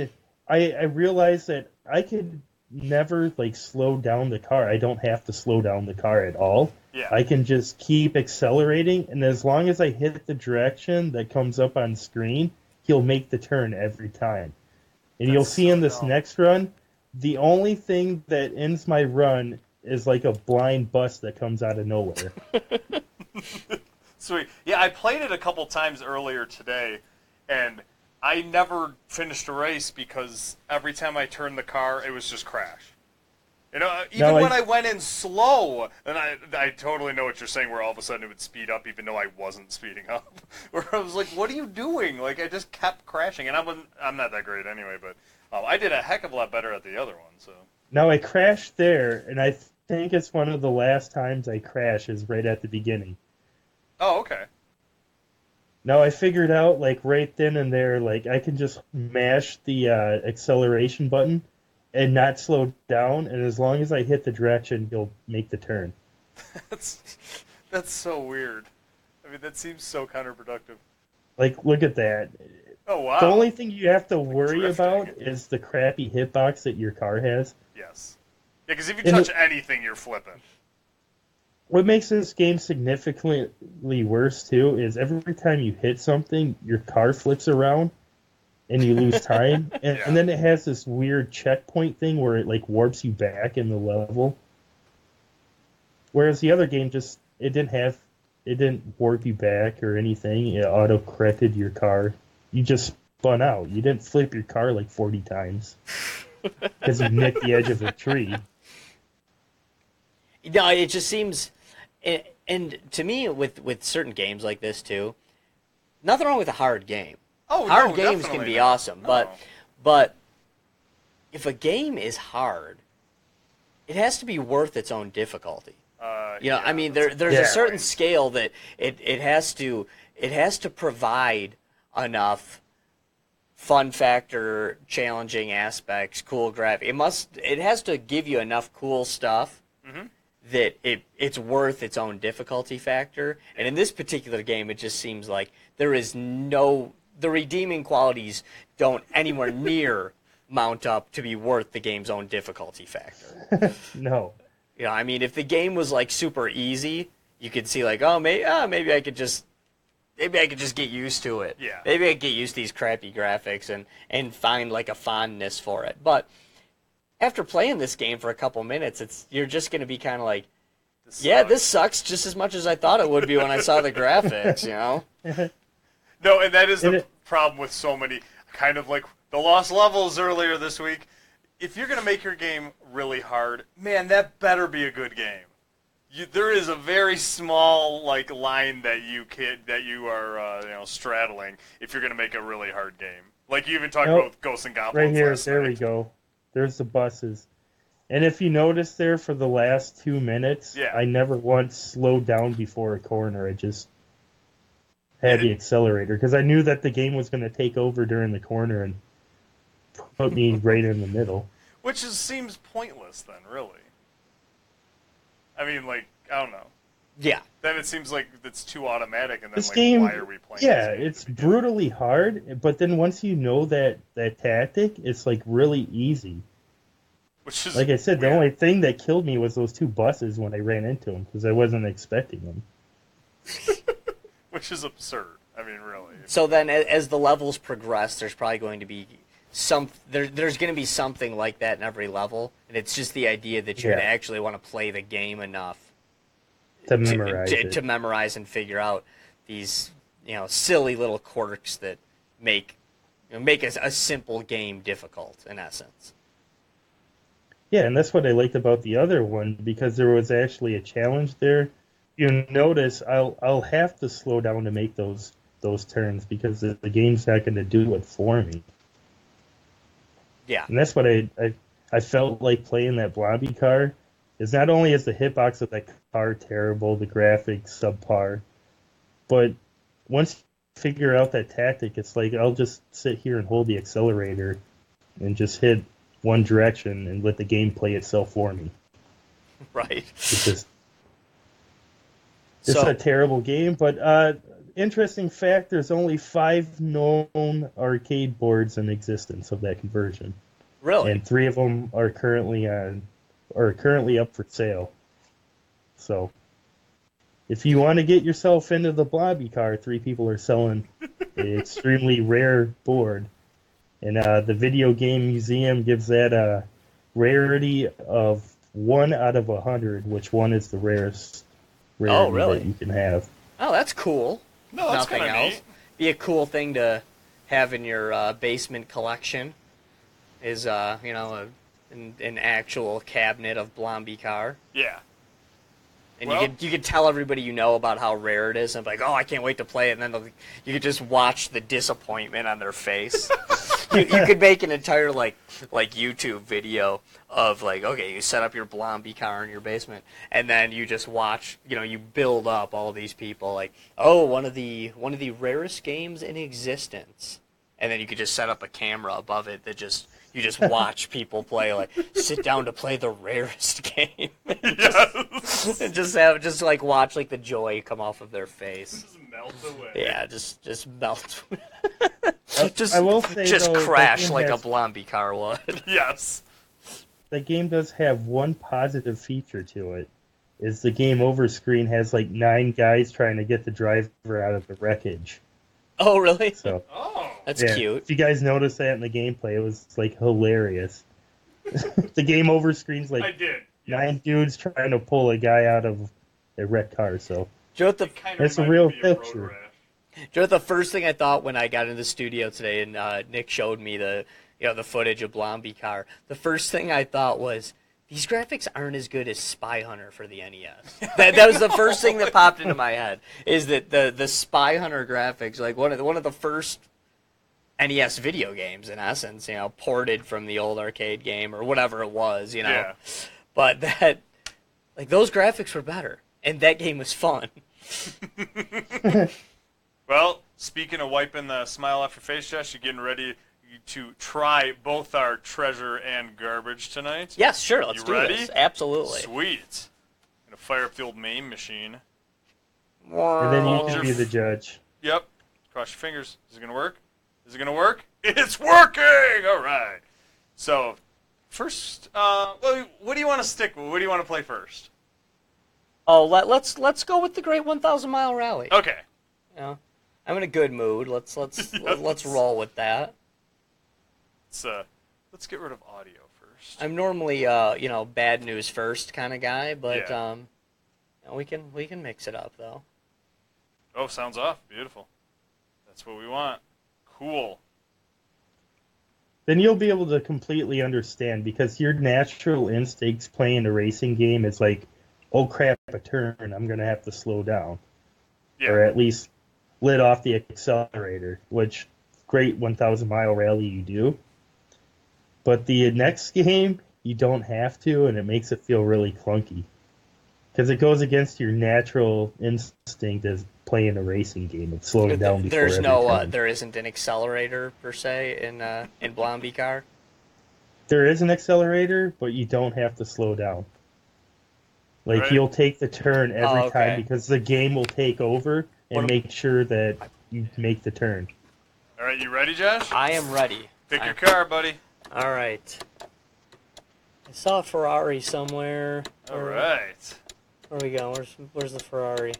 and I, I realized that I could never like slow down the car. I don't have to slow down the car at all. Yeah. I can just keep accelerating, and as long as I hit the direction that comes up on screen, he'll make the turn every time. And you'll That's see so in this dumb. next run, the only thing that ends my run is like a blind bus that comes out of nowhere. Sweet. Yeah, I played it a couple times earlier today, and I never finished a race because every time I turned the car, it was just crash. You know, uh, even No, I- when I went in slow, and I, I totally know what you're saying, where all of a sudden it would speed up, even though I wasn't speeding up. Where I was like, "What are you doing?" Like I just kept crashing, and I'm I'm not that great anyway, but um, I did a heck of a lot better at the other one. So now I crashed there, and I think it's one of the last times I crash is right at the beginning. oh okay, Now I figured out like right then and there, like I can just mash the uh, acceleration button and not slow down, and as long as I hit the direction, he'll make the turn. that's that's so weird. I mean, that seems so counterproductive. Like, look at that. Oh wow. The only thing you have to worry drifting. about is the crappy hitbox that your car has. Yes. Yeah, because if you And touch it- anything, you're flipping. What makes this game significantly worse too is every time you hit something, your car flips around and you lose time, and, Yeah. and then it has this weird checkpoint thing where it like warps you back in the level. Whereas the other game just it didn't have It didn't warp you back or anything. It auto corrected your car. You just spun out. You didn't flip your car like 40 times because you nicked the edge of a tree. No, it just seems, and, and to me, with with certain games like this too, nothing wrong with a hard game. Oh, hard no, games can definitely be not. awesome, but No. but if a game is hard, it has to be worth its own difficulty. Uh, You know, yeah, I mean, that's- there there's Yeah. a certain scale that it, it has to it has to provide enough fun factor, challenging aspects, cool graphic. It must it has to give you enough cool stuff Mm-hmm. that it it's worth its own difficulty factor. And in this particular game, it just seems like there is no the redeeming qualities don't anywhere near mount up to be worth the game's own difficulty factor. No. You know, I mean, if the game was like super easy, you could see like, oh, maybe, oh, maybe I could just, maybe I could just get used to it. Yeah. Maybe I could get used to these crappy graphics and and find like a fondness for it. But after playing this game for a couple minutes, it's you're just gonna be kind of like, yeah, sucks." this sucks just as much as I thought it would be when I saw the graphics. You know. No, and that is the And it- problem with so many. Kind of like the lost levels earlier this week. If you're going to make your game really hard, man, that better be a good game. You, there is a very small like line that you kid that you are uh, you know straddling if you're going to make a really hard game. Like you even talked Nope. about Ghosts and Right Goblins. here. last There night. we go. There's the buses. And if you notice there for the last two minutes, Yeah. I never once slowed down before a corner. I just had the accelerator because I knew that the game was going to take over during the corner and put me right in the middle. Which is, seems pointless then, really. I mean, like I don't know. Yeah. Then it seems like it's too automatic, and then This like game, why are we playing? yeah, this game? it's brutally hard, but then once you know that that tactic, it's like really easy. which is Like I said, the weird. only thing that killed me was those two buses when I ran into them because I wasn't expecting them. which is absurd. I mean, really. So then, a- as the levels progress, there's probably going to be some there, there's going to be something like that in every level, and it's just the idea that you're going Yeah. to actually want to play the game enough to- To memorize to, it. to memorize and figure out these you know silly little quirks that make you know, make a, a simple game difficult in essence. Yeah, and that's what I liked about the other one because there was actually a challenge there. You notice I'll I'll have to slow down to make those those turns because the, the game's not going to do it for me. Yeah, And that's what I, I I felt like playing that Blobby car is not only is the hitbox of that car terrible, the graphics subpar, but once you figure out that tactic, it's like I'll just sit here and hold the accelerator and just hit one direction and let the game play itself for me. right. It's just it's So- a terrible game, but uh, interesting fact: there's only five known arcade boards in existence of that conversion Really, and three of them are currently on are currently up for sale. So, if you want to get yourself into the Blobby car, three people are selling an extremely rare board, and uh, the video game museum gives that a rarity of one out of a hundred, which one is the rarest rarity Oh, really? that you can have. oh, that's cool. No, that's Nothing kinda else. neat. Be a cool thing to have in your uh, basement collection. Is uh, you know, a, an, an actual cabinet of Blomby car, Yeah. and Well- you could you could tell everybody you know about how rare it is, and be like, oh, I can't wait to play it, and then they'll- you could just watch the disappointment on their face. you, you could make an entire like like YouTube video of like, okay, you set up your Blomby car in your basement, and then you just watch, you know, you build up all these people like, oh, one of the one of the rarest games in existence, and then you could just set up a camera above it that just you just watch people play like sit down to play the rarest game. just, just have just like watch like the joy come off of their face. Just melt away. Yeah, just just melt. I- just I will say, just though, that crash game like has- a Blomby car would. Yes. that game does have one positive feature to it is the game over screen has like nine guys trying to get the driver out of the wreckage Oh, really? so Oh. That's yeah. cute. if you guys noticed that in the gameplay it was like hilarious the game over screen's I like did. nine dudes trying to pull a guy out of a wrecked car so Do you know what the Kind It's a real picture. Do you know what the first thing I thought when I got into the studio today and uh, Nick showed me the you know the footage of Blomby car? The first thing I thought was these graphics aren't as good as Spy Hunter for the NES. That, that was the first thing that popped into my head is that the the Spy Hunter graphics like one of the, one of the first NES video games in essence, you know, ported from the old arcade game or whatever it was, you know. Yeah. But that like those graphics were better and that game was fun. Well, speaking of wiping the smile off your face, Josh, you getting ready to try both our treasure and garbage tonight? Yes, sure, let's You do ready? this. Absolutely. Sweet. Gonna fire up the old main machine. And then you Oh. Hold can your be the f- judge. Yep. Cross your fingers. Is it gonna work? Is it gonna work? It's working. All right. So, first, uh, well, what do you want to stick with? What do you want to play first? Oh, let, let's let's go with the Great One Thousand Mile Rally. Okay. You know, I'm in a good mood. Let's let's let's roll with that. Let's uh, let's get rid of audio first. I'm normally uh you know bad news first kind of guy, but Yeah. um, you know, we can we can mix it up though. Oh, sounds off. Beautiful. That's what we want. Cool. Then you'll be able to completely understand because your natural instincts playing a racing game is like, oh crap, a turn. I'm going to have to slow down. Yeah. Or at least let off the accelerator, which great 1,000 mile rally you do. But the next game, you don't have to, and it makes it feel really clunky. Because it goes against your natural instinct as playing a racing game and slowing down before There's every no uh, turn. there isn't an accelerator per se in uh, in Blomby car. there is an accelerator, but you don't have to slow down. Like Right. you'll take the turn every Oh, okay. time because the game will take over and What am- make sure that you make the turn. All right, you ready, Josh? I am ready. Pick your I'm- car, buddy. All right. I saw a Ferrari somewhere. All Where- right. Where we go? Where's where's the Ferrari?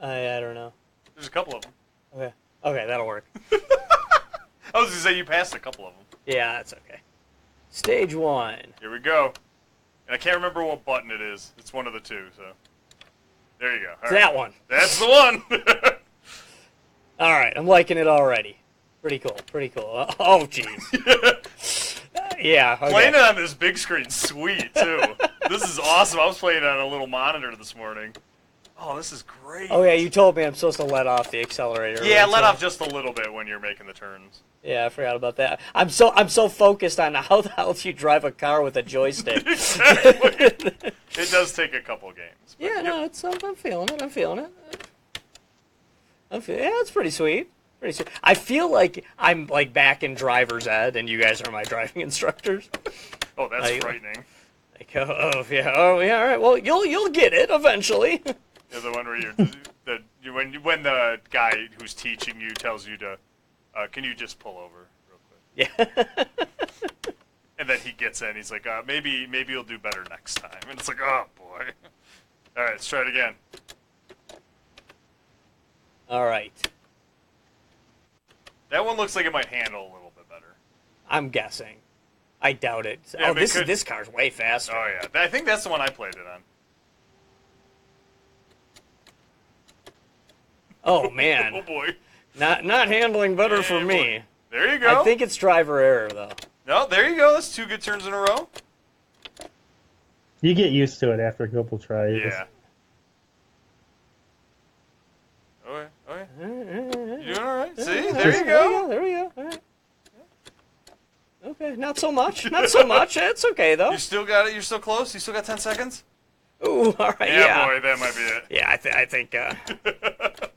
I I don't know. There's a couple of them. Okay. Okay, that'll work. I was gonna say you passed a couple of them. Yeah, that's okay. Stage one. Here we go. And I can't remember what button it is. It's one of the two. So there you go. All It's right. that one. That's the one. All right, I'm liking it already. Pretty cool. Pretty cool. Oh, jeez. yeah. Okay. Playing it on this big screen, sweet too. this is awesome. I was playing it on a little monitor this morning. Oh, this is great. Oh yeah, you told me I'm supposed to let off the accelerator. Yeah, right? let So- off just a little bit when you're making the turns. Yeah, I forgot about that. I'm so I'm so focused on how the hell do you drive a car with a joystick. It does take a couple games. but Yeah, no, it's I'm, I'm feeling it. I'm feeling it. I'm feel, yeah, it's pretty sweet. Pretty sweet. I feel like I'm like back in driver's ed, and you guys are my driving instructors. Oh, that's I- frightening. Like, oh, oh, yeah, oh yeah, all right. Well, you'll you'll get it eventually. Yeah, the one where you're the you, when you, when the guy who's teaching you tells you to, uh, can you just pull over real quick? yeah, And then he gets in. He's like, uh, maybe maybe you'll do better next time. And it's like, oh boy. All right, let's try it again. all right. That one looks like it might handle a little bit better. I'm guessing. I doubt it. Yeah, oh, but this could- this car's way faster. Oh yeah, I think that's the one I played it on. Oh Oh man, boy. not not handling better for Yeah, me. There you go. I think it's driver error though. no, there you go. That's two good turns in a row. You get used to it after a couple tries. Yeah. Oh yeah. Oh yeah. You doing all right? See, there you go. There we go. There we go. All right. Okay, not so much. Not so much. It's okay though. You still got it. You're still close. You still got ten seconds. Ooh, all right. Yeah. Yeah, boy, that might be it. Yeah, I, th- I think. Uh...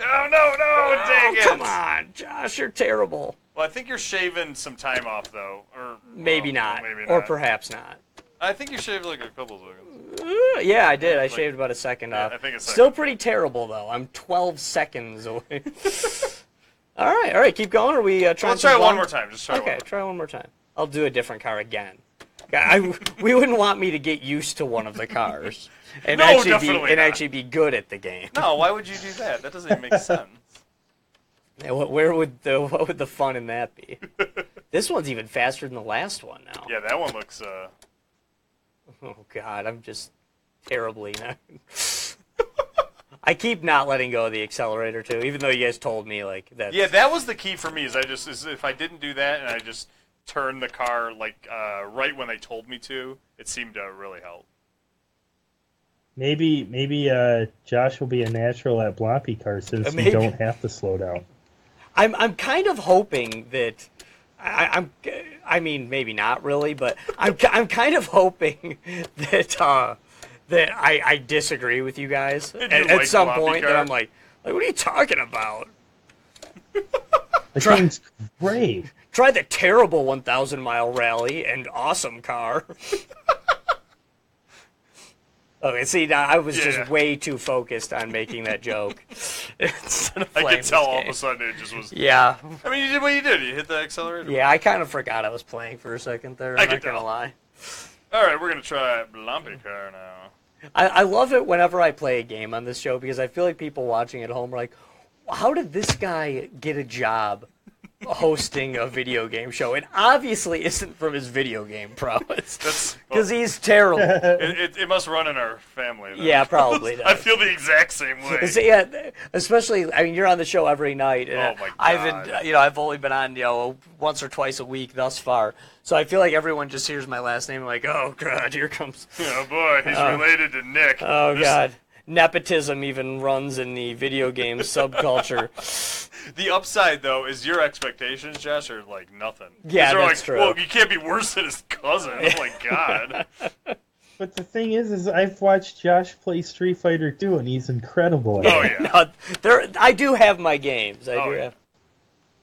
No, no, no, oh, dang it. come on, Josh, you're terrible. Well, I think you're shaving some time off though, or Maybe well, not, Maybe not. or perhaps not. I think you shaved like a couple seconds. Ooh, yeah, I did. I shaved about a second off. I think a second. Still pretty terrible though. I'm 12 seconds away. all right, all right. Keep going. Are we uh, trying? Let's some try it one blonde- more time. Just try it one. Okay, more. try one more time. I'll do a different car again. I, we wouldn't want me to get used to one of the cars and No, actually definitely be and not. actually be good at the game. No, why would you do that? That doesn't even make sense. Yeah, what- Where would the what would the fun in that be? this one's even faster than the last one now. Yeah, that one looks. uh Oh God, I'm just terribly. I keep not letting go of the accelerator too, even though you guys told me like that. Yeah, that was the key for me. Is I just is if I didn't do that and I just turned the car like uh, right when they told me to, it seemed to really help. Maybe maybe uh, Josh will be a natural at bloppy cars since Maybe. you don't have to slow down. I'm I'm kind of hoping that I, I'm I mean maybe not really, but I'm ki- I'm kind of hoping that uh, that I, I disagree with you guys at, at like some floppy point. That car? I'm like like what are you talking about? The thing's great. Try the terrible 1,000 mile rally and awesome car. okay, see, now I was Yeah. just way too focused on making that joke. Instead of I playing could tell this all of game. a sudden it just was. Yeah, I mean, you did what you did. You hit the accelerator. yeah, I kind of forgot I was playing for a second there. I'm I not could gonna tell. lie. All right, we're gonna try Blompy car now. I, I love it whenever I play a game on this show because I feel like people watching at home are like, how did this guy get a job hosting a video game show? It obviously isn't from his video game prowess That's because he's terrible. it, it, it must run in our family. Though. Yeah, probably I does. feel the exact same way. So, yeah, th- especially I mean you're on the show every night, and Oh my I've God. been you know I've only been on you know once or twice a week thus far, so I feel like everyone just hears my last name like oh god here comes Oh boy, he's related to Nick. oh This- god nepotism even runs in the video game subculture. The upside though is your expectations, Josh, are like nothing. 'Cause Yeah, they're that's like, true. Well, you can't be worse than his cousin. Oh my god. But the thing is, is I've watched Josh play Street Fighter 2, and he's incredible. at it. Oh yeah, No, Uh, there I do have my games. I Oh, do yeah. have.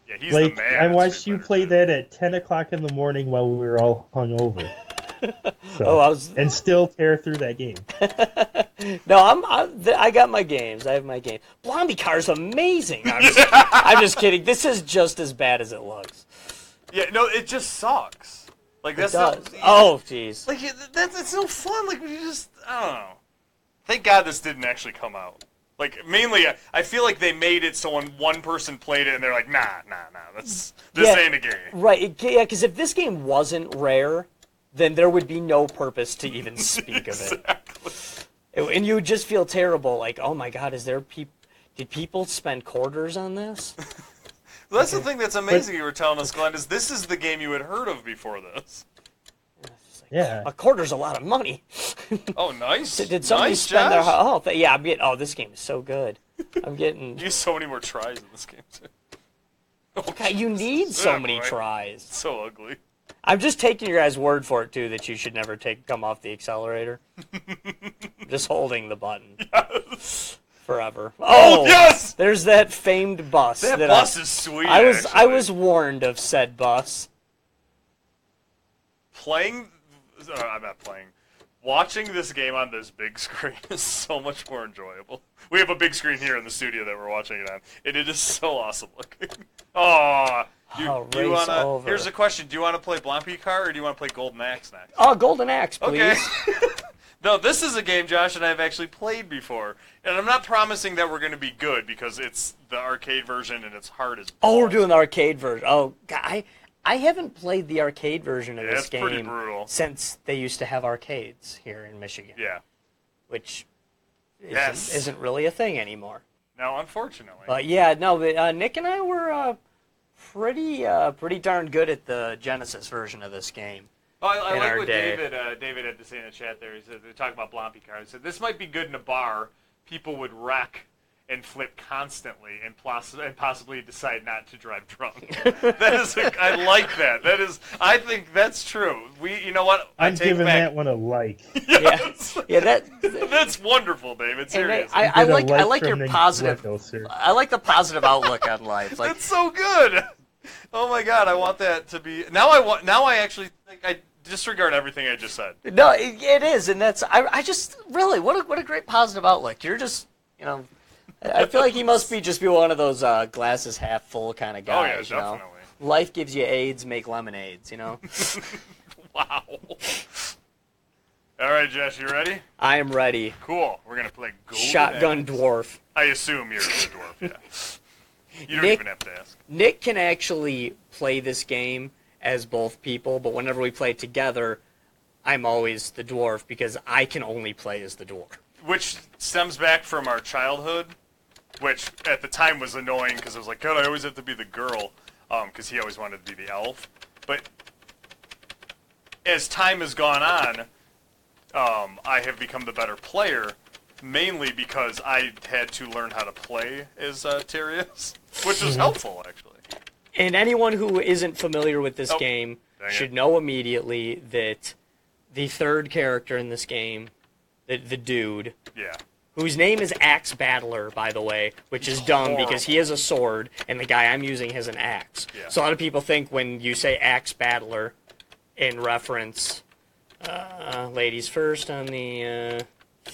yeah. He's like the man. I at watched Street you Fighter play two. that at 10 o'clock in the morning while we were all hungover. So, Oh, I was and still tear through that game. no, I'm I, th- I got my games. I have my game. Blondie car's amazing. I'm just, I'm just kidding. This is just as bad as it looks. Yeah, no, it just sucks. Like It that's does. not. Oh, jeez. Like it- that's it's no fun. Like you just I don't know. Thank God this didn't actually come out. Like mainly, uh, I, I feel like they made it so when one person played it and they're like, nah, nah, nah, that's this Yeah. ain't a game. Right, it, yeah, because if this game wasn't rare, then there would be no purpose to even speak of it. It- And you would just feel terrible, like, oh my god, is there peop Did people spend quarters on this? Well, That's the thing that's amazing. you were telling us, Glenn, is this is the game you had heard of before this. Yeah. A quarter's a lot of money. Oh, nice. Did somebody nice, spend their Josh. oh th- yeah? I'm getting oh this game is so good. I'm getting You have so many more tries in this game too. God, you need so Yeah, many boy. tries. So ugly. I'm just taking your guys' word for it too that you should never take come off the accelerator. I'm just holding the button forever. Oh, yes! There's that famed bus That, that I- bus is sweet. I was I actually. was warned of said bus. playing. uh, I'm not playing. Watching this game on this big screen is so much more enjoyable. We have a big screen here in the studio that we're watching it on, and it is so awesome looking. Oh, you, Oh, do you race wanna? over. Here's a question: Do you want to play Blompy Car or do you want to play Golden Axe next? Oh, Golden Axe, please. Okay. no, this is a game Josh and I have actually played before, and I'm not promising that we're going to be good because it's the arcade version and it's hard as. Oh, we're balls. doing the arcade version. Oh, God, I I haven't played the arcade version of Yeah, this it's pretty game brutal. since they used to have arcades here in Michigan, Yeah. which isn't, Yes. isn't really a thing anymore. Now, unfortunately. But yeah, no, but, uh, Nick and I were uh, pretty uh, pretty darn good at the Genesis version of this game. Oh, I, I in like our what day. David uh, David had to say in the chat there. He said they're talking about Blompy cars. He said this might be good in a bar. People would wreck and flip constantly, and, plos- and possibly decide not to drive drunk. that is, a, I like that. That is, I think that's true. We, you know what? I I'm take giving back. that one a like. Yeah, yeah, that. That's wonderful, David. Hey, mate, Seriously, I, I Get a like I like from your Nick positive Wetto, sir. I like the positive outlook on life. Like, that's so good. Oh my god, I want that to be now. I want now. I actually think I disregard everything I just said. no, it, it is, and that's I, I just really what a what a great positive outlook. You're just you know, I I feel like he must be just be one of those uh, glasses half full kind of Oh, yeah, guys. you know? definitely. Life gives you AIDS, make lemonades. You know, Wow. All right, Josh, you ready? I am ready. Cool. We're gonna play Golden Shotgun Axe. dwarf. I assume you're a dwarf. Yeah. You don't Nick- even have to ask. Nick can actually play this game as both people, but whenever we play together, I'm always the dwarf because I can only play as the dwarf. which stems back from our childhood, which at the time was annoying because I was like, God, I always have to be the girl, because he always wanted to be the elf. But as time has gone on, um, I have become the better player, mainly because I had to learn how to play as uh, Tyrius, which Mm-hmm. was helpful actually. And anyone who isn't familiar with this Oh, game dang it. should know immediately that the third character in this game, the, the dude, Yeah. whose name is Axe Battler, by the way, which is dumb because he has a sword, and the guy I'm using has an axe. Yeah. So a lot of people think when you say Axe Battler in reference, uh, ladies first on the uh,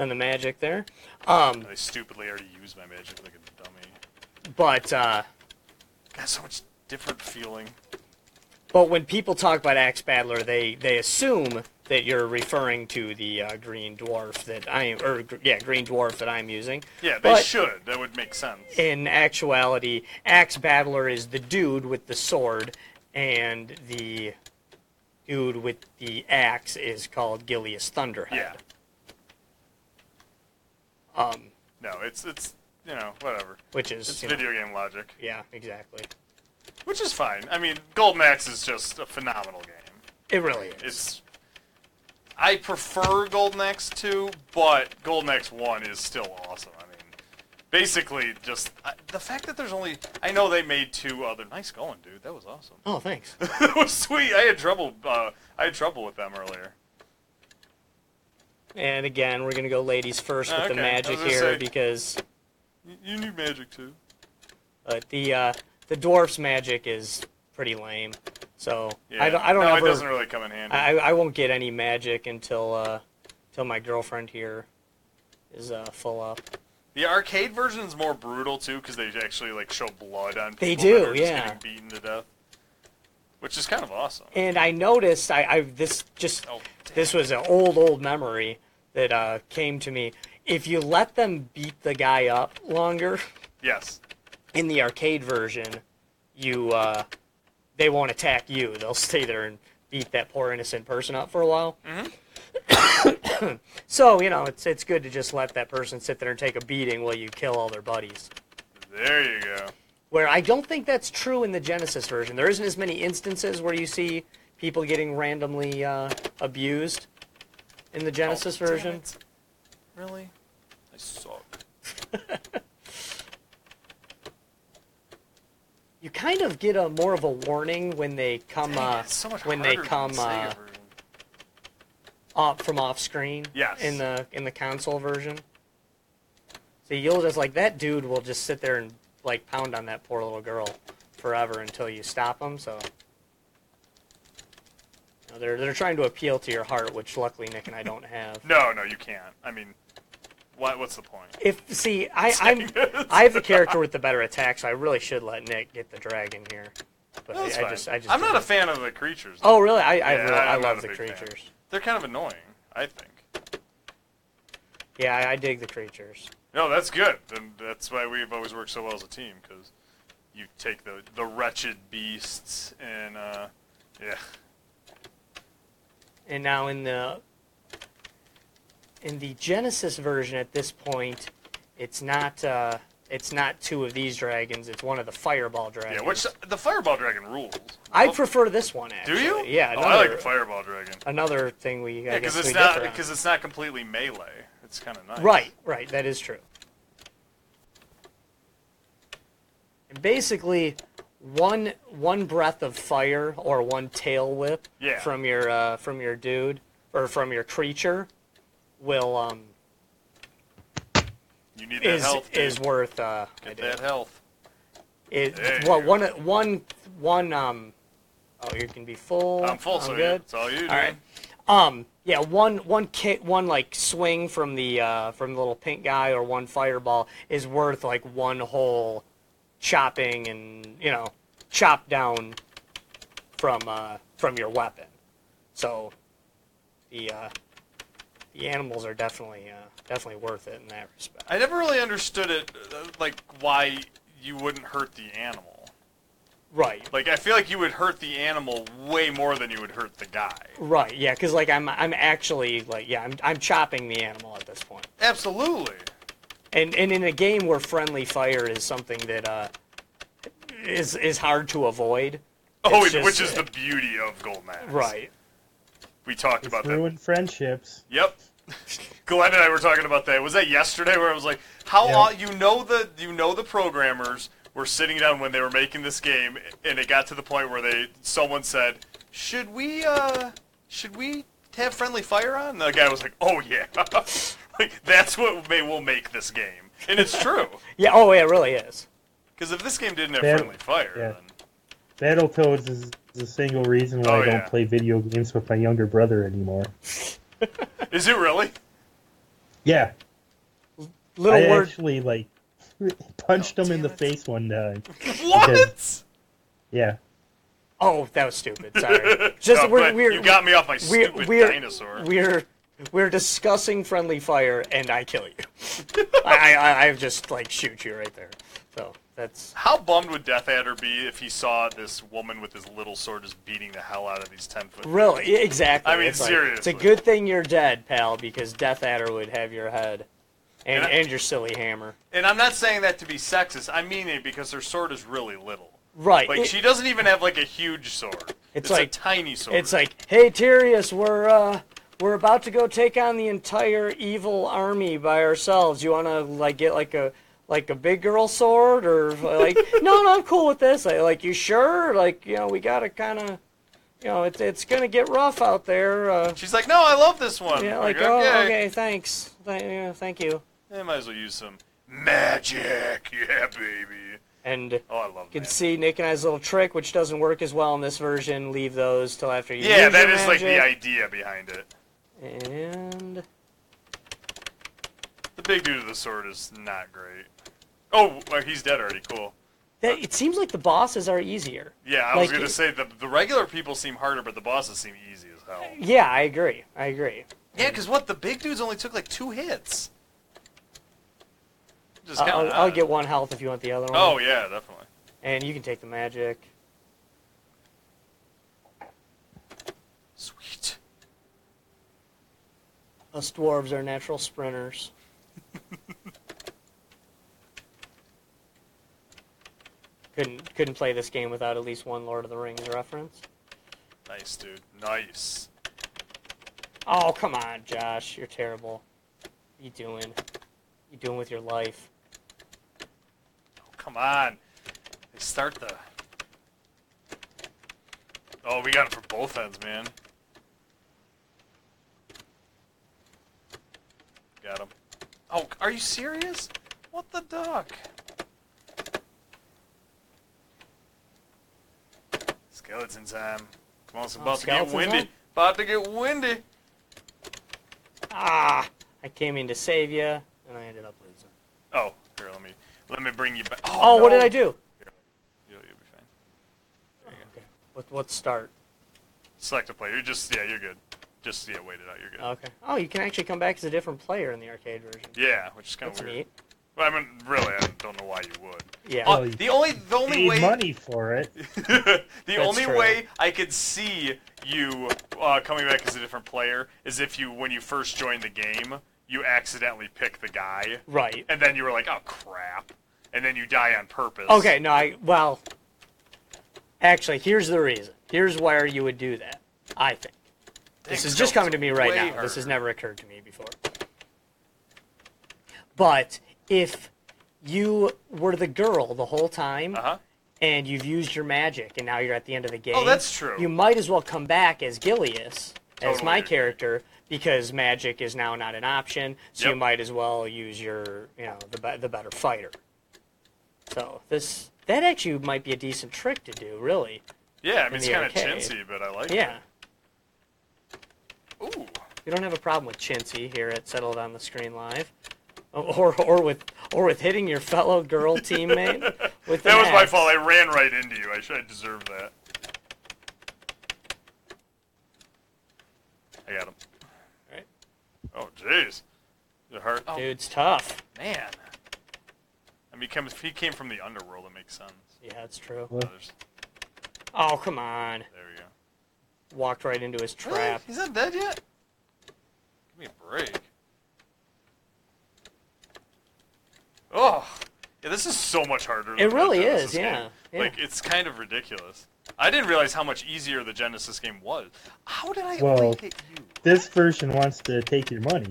on the magic there, um, I stupidly already used my magic like a dummy. but. Uh, That's so much different feeling. But when people talk about Axe Battler, they, they assume that you're referring to the uh, green dwarf that I am, or gr- yeah, green dwarf that I'm using. Yeah, they But- should. That would make sense. In actuality, Axe Battler is the dude with the sword, and the dude with the axe is called Gilius Thunderhead. Yeah. Um, No, it's it's you know whatever. which is It's you know, video game logic, yeah, exactly. which is fine. I mean, Golden Axe is just a phenomenal game. It really is. It's I prefer Golden Axe 2, but Golden Axe 1 is still awesome. I mean, basically just I, the fact that there's only I know they made two other nice going, dude. That was awesome. Oh, thanks. that was sweet. I had trouble uh, I had trouble with them earlier. and again, we're gonna go ladies first Ah, with the okay. I was magic gonna here say- because Y- You need magic too. But the uh, the dwarf's magic is pretty lame, so Yeah. I don't I don't no, ever it doesn't really come in handy. I, I won't get any magic until uh, until my girlfriend here is uh, full up. The arcade version is more brutal too, because they actually like show blood on people. They that do, are just yeah. Getting beaten to death, which is kind of awesome. And I noticed I, I this just Oh, this was an old old memory that uh, came to me. If you let them beat the guy up longer Yes. in the arcade version, you uh, they won't attack you. They'll stay there and beat that poor innocent person up for a while. Mm-hmm. so you know it's it's good to just let that person sit there and take a beating while you kill all their buddies. There you go. Where I don't think that's true in the Genesis version. There isn't as many instances where you see people getting randomly uh, abused in the Genesis Oh, Damn version. it. Really? I suck. You kind of get a more of a warning when they come Dang, uh, it's so much when they harder than come the Sega uh, version. off from off screen. Yes. In the in the console version. So you'll just like that dude will just sit there and like pound on that poor little girl forever until you stop him. So You know, they're they're trying to appeal to your heart, which luckily Nick and I don't have. No, no, you can't. I mean, what? What's the point? If see, I I'm I have the character with the better attack, so I really should let Nick get the dragon here. But I, That's I fine. just I just I'm not a didn't. fan of the creatures. Oh really? I I, Yeah, really, I'm I not love a the big fan. creatures. They're kind of annoying. I think. Yeah, I, I dig the creatures. No, that's good. And that's why we've always worked so well as a team, because you take the the wretched beasts and uh, yeah, and now in the in the Genesis version at this point, it's not uh, it's not two of these dragons. It's one of the fireball dragons. yeah. Which the fireball dragon rules. I Oh, prefer this one. Actually. Do you? Yeah. Oh, Another, I like the fireball dragon. another thing we Yeah, I guess because it's we not differ on. because it's not completely melee. It's kind of nice. right, right. That is true. And basically, one one breath of fire or one tail whip Yeah. from your uh, from your dude or from your creature will um, You need that is health. dude. is worth uh I Get did. that health. There it you well, go. one one one um oh you can be full I'm full, so yeah, good it's all you. Dude. all right um yeah one one kick one like swing from the uh from the little pink guy or one fireball is worth like one whole chopping and you know chop down from uh from your weapon so the uh the animals are definitely uh definitely worth it in that respect I never really understood it, uh, like why you wouldn't hurt the animal. Right. Like I feel like you would hurt the animal way more than you would hurt the guy. Right. Yeah. Because like I'm I'm actually like yeah I'm I'm chopping the animal at this point. Absolutely. And and in a game where friendly fire is something that uh is is hard to avoid. Oh, it's it- which is just- the beauty of Golden Axe. Right. We talked about that. Ruined friendships. Yep. Glenn and I were talking about that. Was that yesterday where I was like, how Yeah. au- you know the you know the programmers were sitting down when they were making this game and it got to the point where they someone said, "Should we uh should we have friendly fire on?" And the guy was like, "Oh yeah." like that's what may will make this game. And it's true. Yeah. Oh, yeah. It really is. Cuz if this game didn't have Yeah. friendly fire, Yeah. then Battletoads is is a single reason why Oh, I don't yeah. play video games with my younger brother anymore. is it really? Yeah, Little I word. actually like punched him in the face one time. What? Yeah, Oh, that was stupid. Sorry. Just No, we're but we're you got me off my we're stupid we're, dinosaur. we're we're discussing friendly fire, and I kill you. I, I I just like shoot you right there. So that's How bummed would Death Adder be if he saw this woman with his little sword just beating the hell out of these ten foot? really yeah, exactly. I mean, it's like, it's a seriously. good thing you're dead, pal, because Death Adder would have your head, and Yeah. and your silly hammer. And I'm not saying that to be sexist. I mean it because her sword is really little. Right. Like it- she doesn't even have like a huge sword. It's, like- a tiny sword. It's like, hey Tyrius, we're uh, we're about to go take on the entire evil army by ourselves. You want to like get like a like a big girl sword or like no no I'm cool with this. I, like you sure? Like you know we gotta kind of you know it's it's gonna get rough out there. Uh, she's like, no, I love this one. yeah, I'm like oh okay. okay thanks Th- yeah, thank you. I might as well use some magic. Yeah, baby. And Oh, I love you can magic. see Nick and I's little trick, which doesn't work as well in this version. Leave those till after you. Yeah, use that your is like the magic. idea behind it. And The big dude with the sword is not great. Oh, well, he's dead already. Cool. that, it seems like the bosses are easier. Yeah, I was Like- gonna say the the regular people seem harder, but the bosses seem easy as hell. Yeah, I agree. I agree. Yeah, because what the big dudes only took like two hits. Just Uh, I'll, kinda I'll- I'll odd. get one health if you want the other one. Oh yeah, definitely. And you can take the magic. Sweet. Us dwarves are natural sprinters. couldn't couldn't play this game without at least one Lord of the Rings reference. Nice dude. Nice. Oh come on, Josh, you're terrible. What you doing? You doing with your life? Oh, come on. They start the. Oh, we got it for both ends, man. Got him. Oh, are you serious? What the duck? Skeleton time. um, Come on, it's about to get skeleton windy. time? About to get windy. Ah! I came in to save you, and I ended up losing. Oh, here, let me let me bring you back. Oh, what no. did I do? You'll, you'll be fine. Okay. Let, let's start. Select a player. You're just yeah, you're good. Just yeah, wait it out. You're good. Okay. Oh, you can actually come back as a different player in the arcade version. Yeah, which is kind That's of weird. neat. Well, I mean, really, I don't know why you would. Yeah. Oh, you the only the only Need way money for it. the only true. way I could see you uh, coming back as a different player is if you when you first joined the game you accidentally pick the guy right. and then you were like oh crap and then you die on purpose. Okay, no, I well actually here's the reason. Here's why you would do that, I think. This is just coming to me right now. This has never occurred to me before. But if you were the girl the whole time Uh huh. and you've used your magic and now you're at the end of the game. that's true. You might as well come back as Gilius, as Totally my agree. character, because magic is now not an option. So you Yep. might as well use your, you know, the be- the better fighter. So this that actually might be a decent trick to do, really. Yeah, I mean it's the kind of arcade. chintzy, but I like Yeah. it. Ooh. We don't have a problem with chintzy here at Settled on the Screen Live. Oh, Or, or with or with hitting your fellow girl teammate with an That was my axe. fault. I ran right into you. I should I deserve that. I got him. Alright. Oh jeez. The heart. Oh Dude, it's tough. man. I mean, come- if he came from the underworld, it makes sense. Yeah, it's true. Others. Oh, come on. There we go. Walked right into his trap. He's not dead yet? Give me a break. Oh, yeah, this is so much harder. than It really the is, Genesis game. yeah, yeah. Like it's kind of ridiculous. I didn't realize how much easier the Genesis game was. How did I Well, only hit you? This version wants to take your money.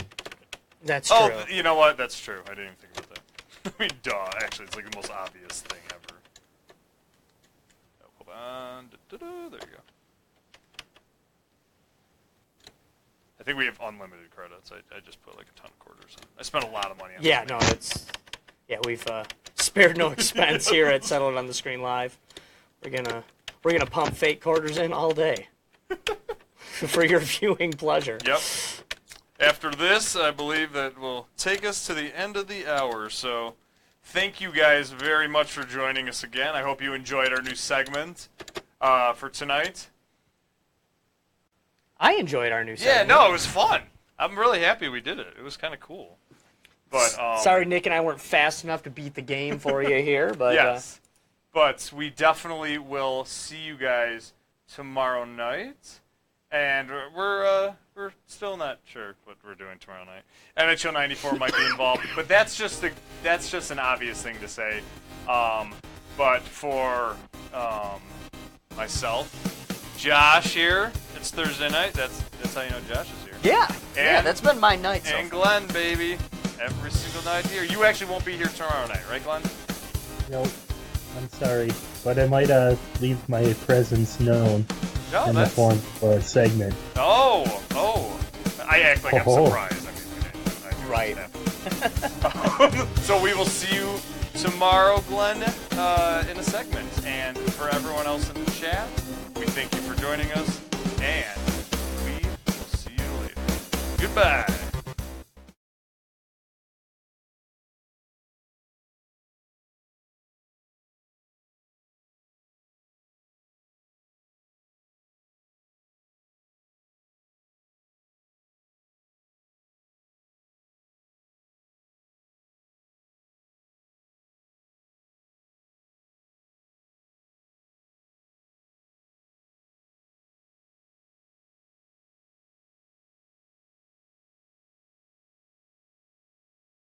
That's true. Oh, th- you know what? That's true. I didn't even think about that. I mean, duh. Actually, it's like the most obvious thing ever. Oh, hold on. Da-da-da. There you go. I think we have unlimited credits. I, I just put like a ton of quarters. In. I spent a lot of money on yeah, that. no, it's yeah. We've uh, spared no expense here at Settled on the Screen Live. We're gonna we're gonna pump fake quarters in all day for your viewing pleasure. Yep. After this, I believe that will take us to the end of the hour. So, thank you guys very much for joining us again. I hope you enjoyed our new segment uh, for tonight. I enjoyed our new Yeah, segment. no, it was fun. I'm really happy we did it. It was kind of cool. But um, Sorry, Nick and I weren't fast enough to beat the game for you here, but Yes, but we definitely will see you guys tomorrow night, and we're- we're uh, we're still not sure what we're doing tomorrow night. NHL '94 might be involved, but that's just the that's just an obvious thing to say. Um, but for um, myself, Josh here, it's Thursday night. That's that's how you know Josh is here. yeah, yeah, And- that's been my night. So And Glenn, baby, every single night here. You actually won't be here tomorrow night, right, Glenn? Nope. I'm sorry, but I might uh, leave my presence known No, in the form of a segment. Oh, oh. I act like I'm Oh. surprised. I mean, I- I, I Right. right. so we will see you tomorrow, Glenn, uh, in a segment. And for everyone else in the chat, we thank you for joining us, and we will see you later. Goodbye.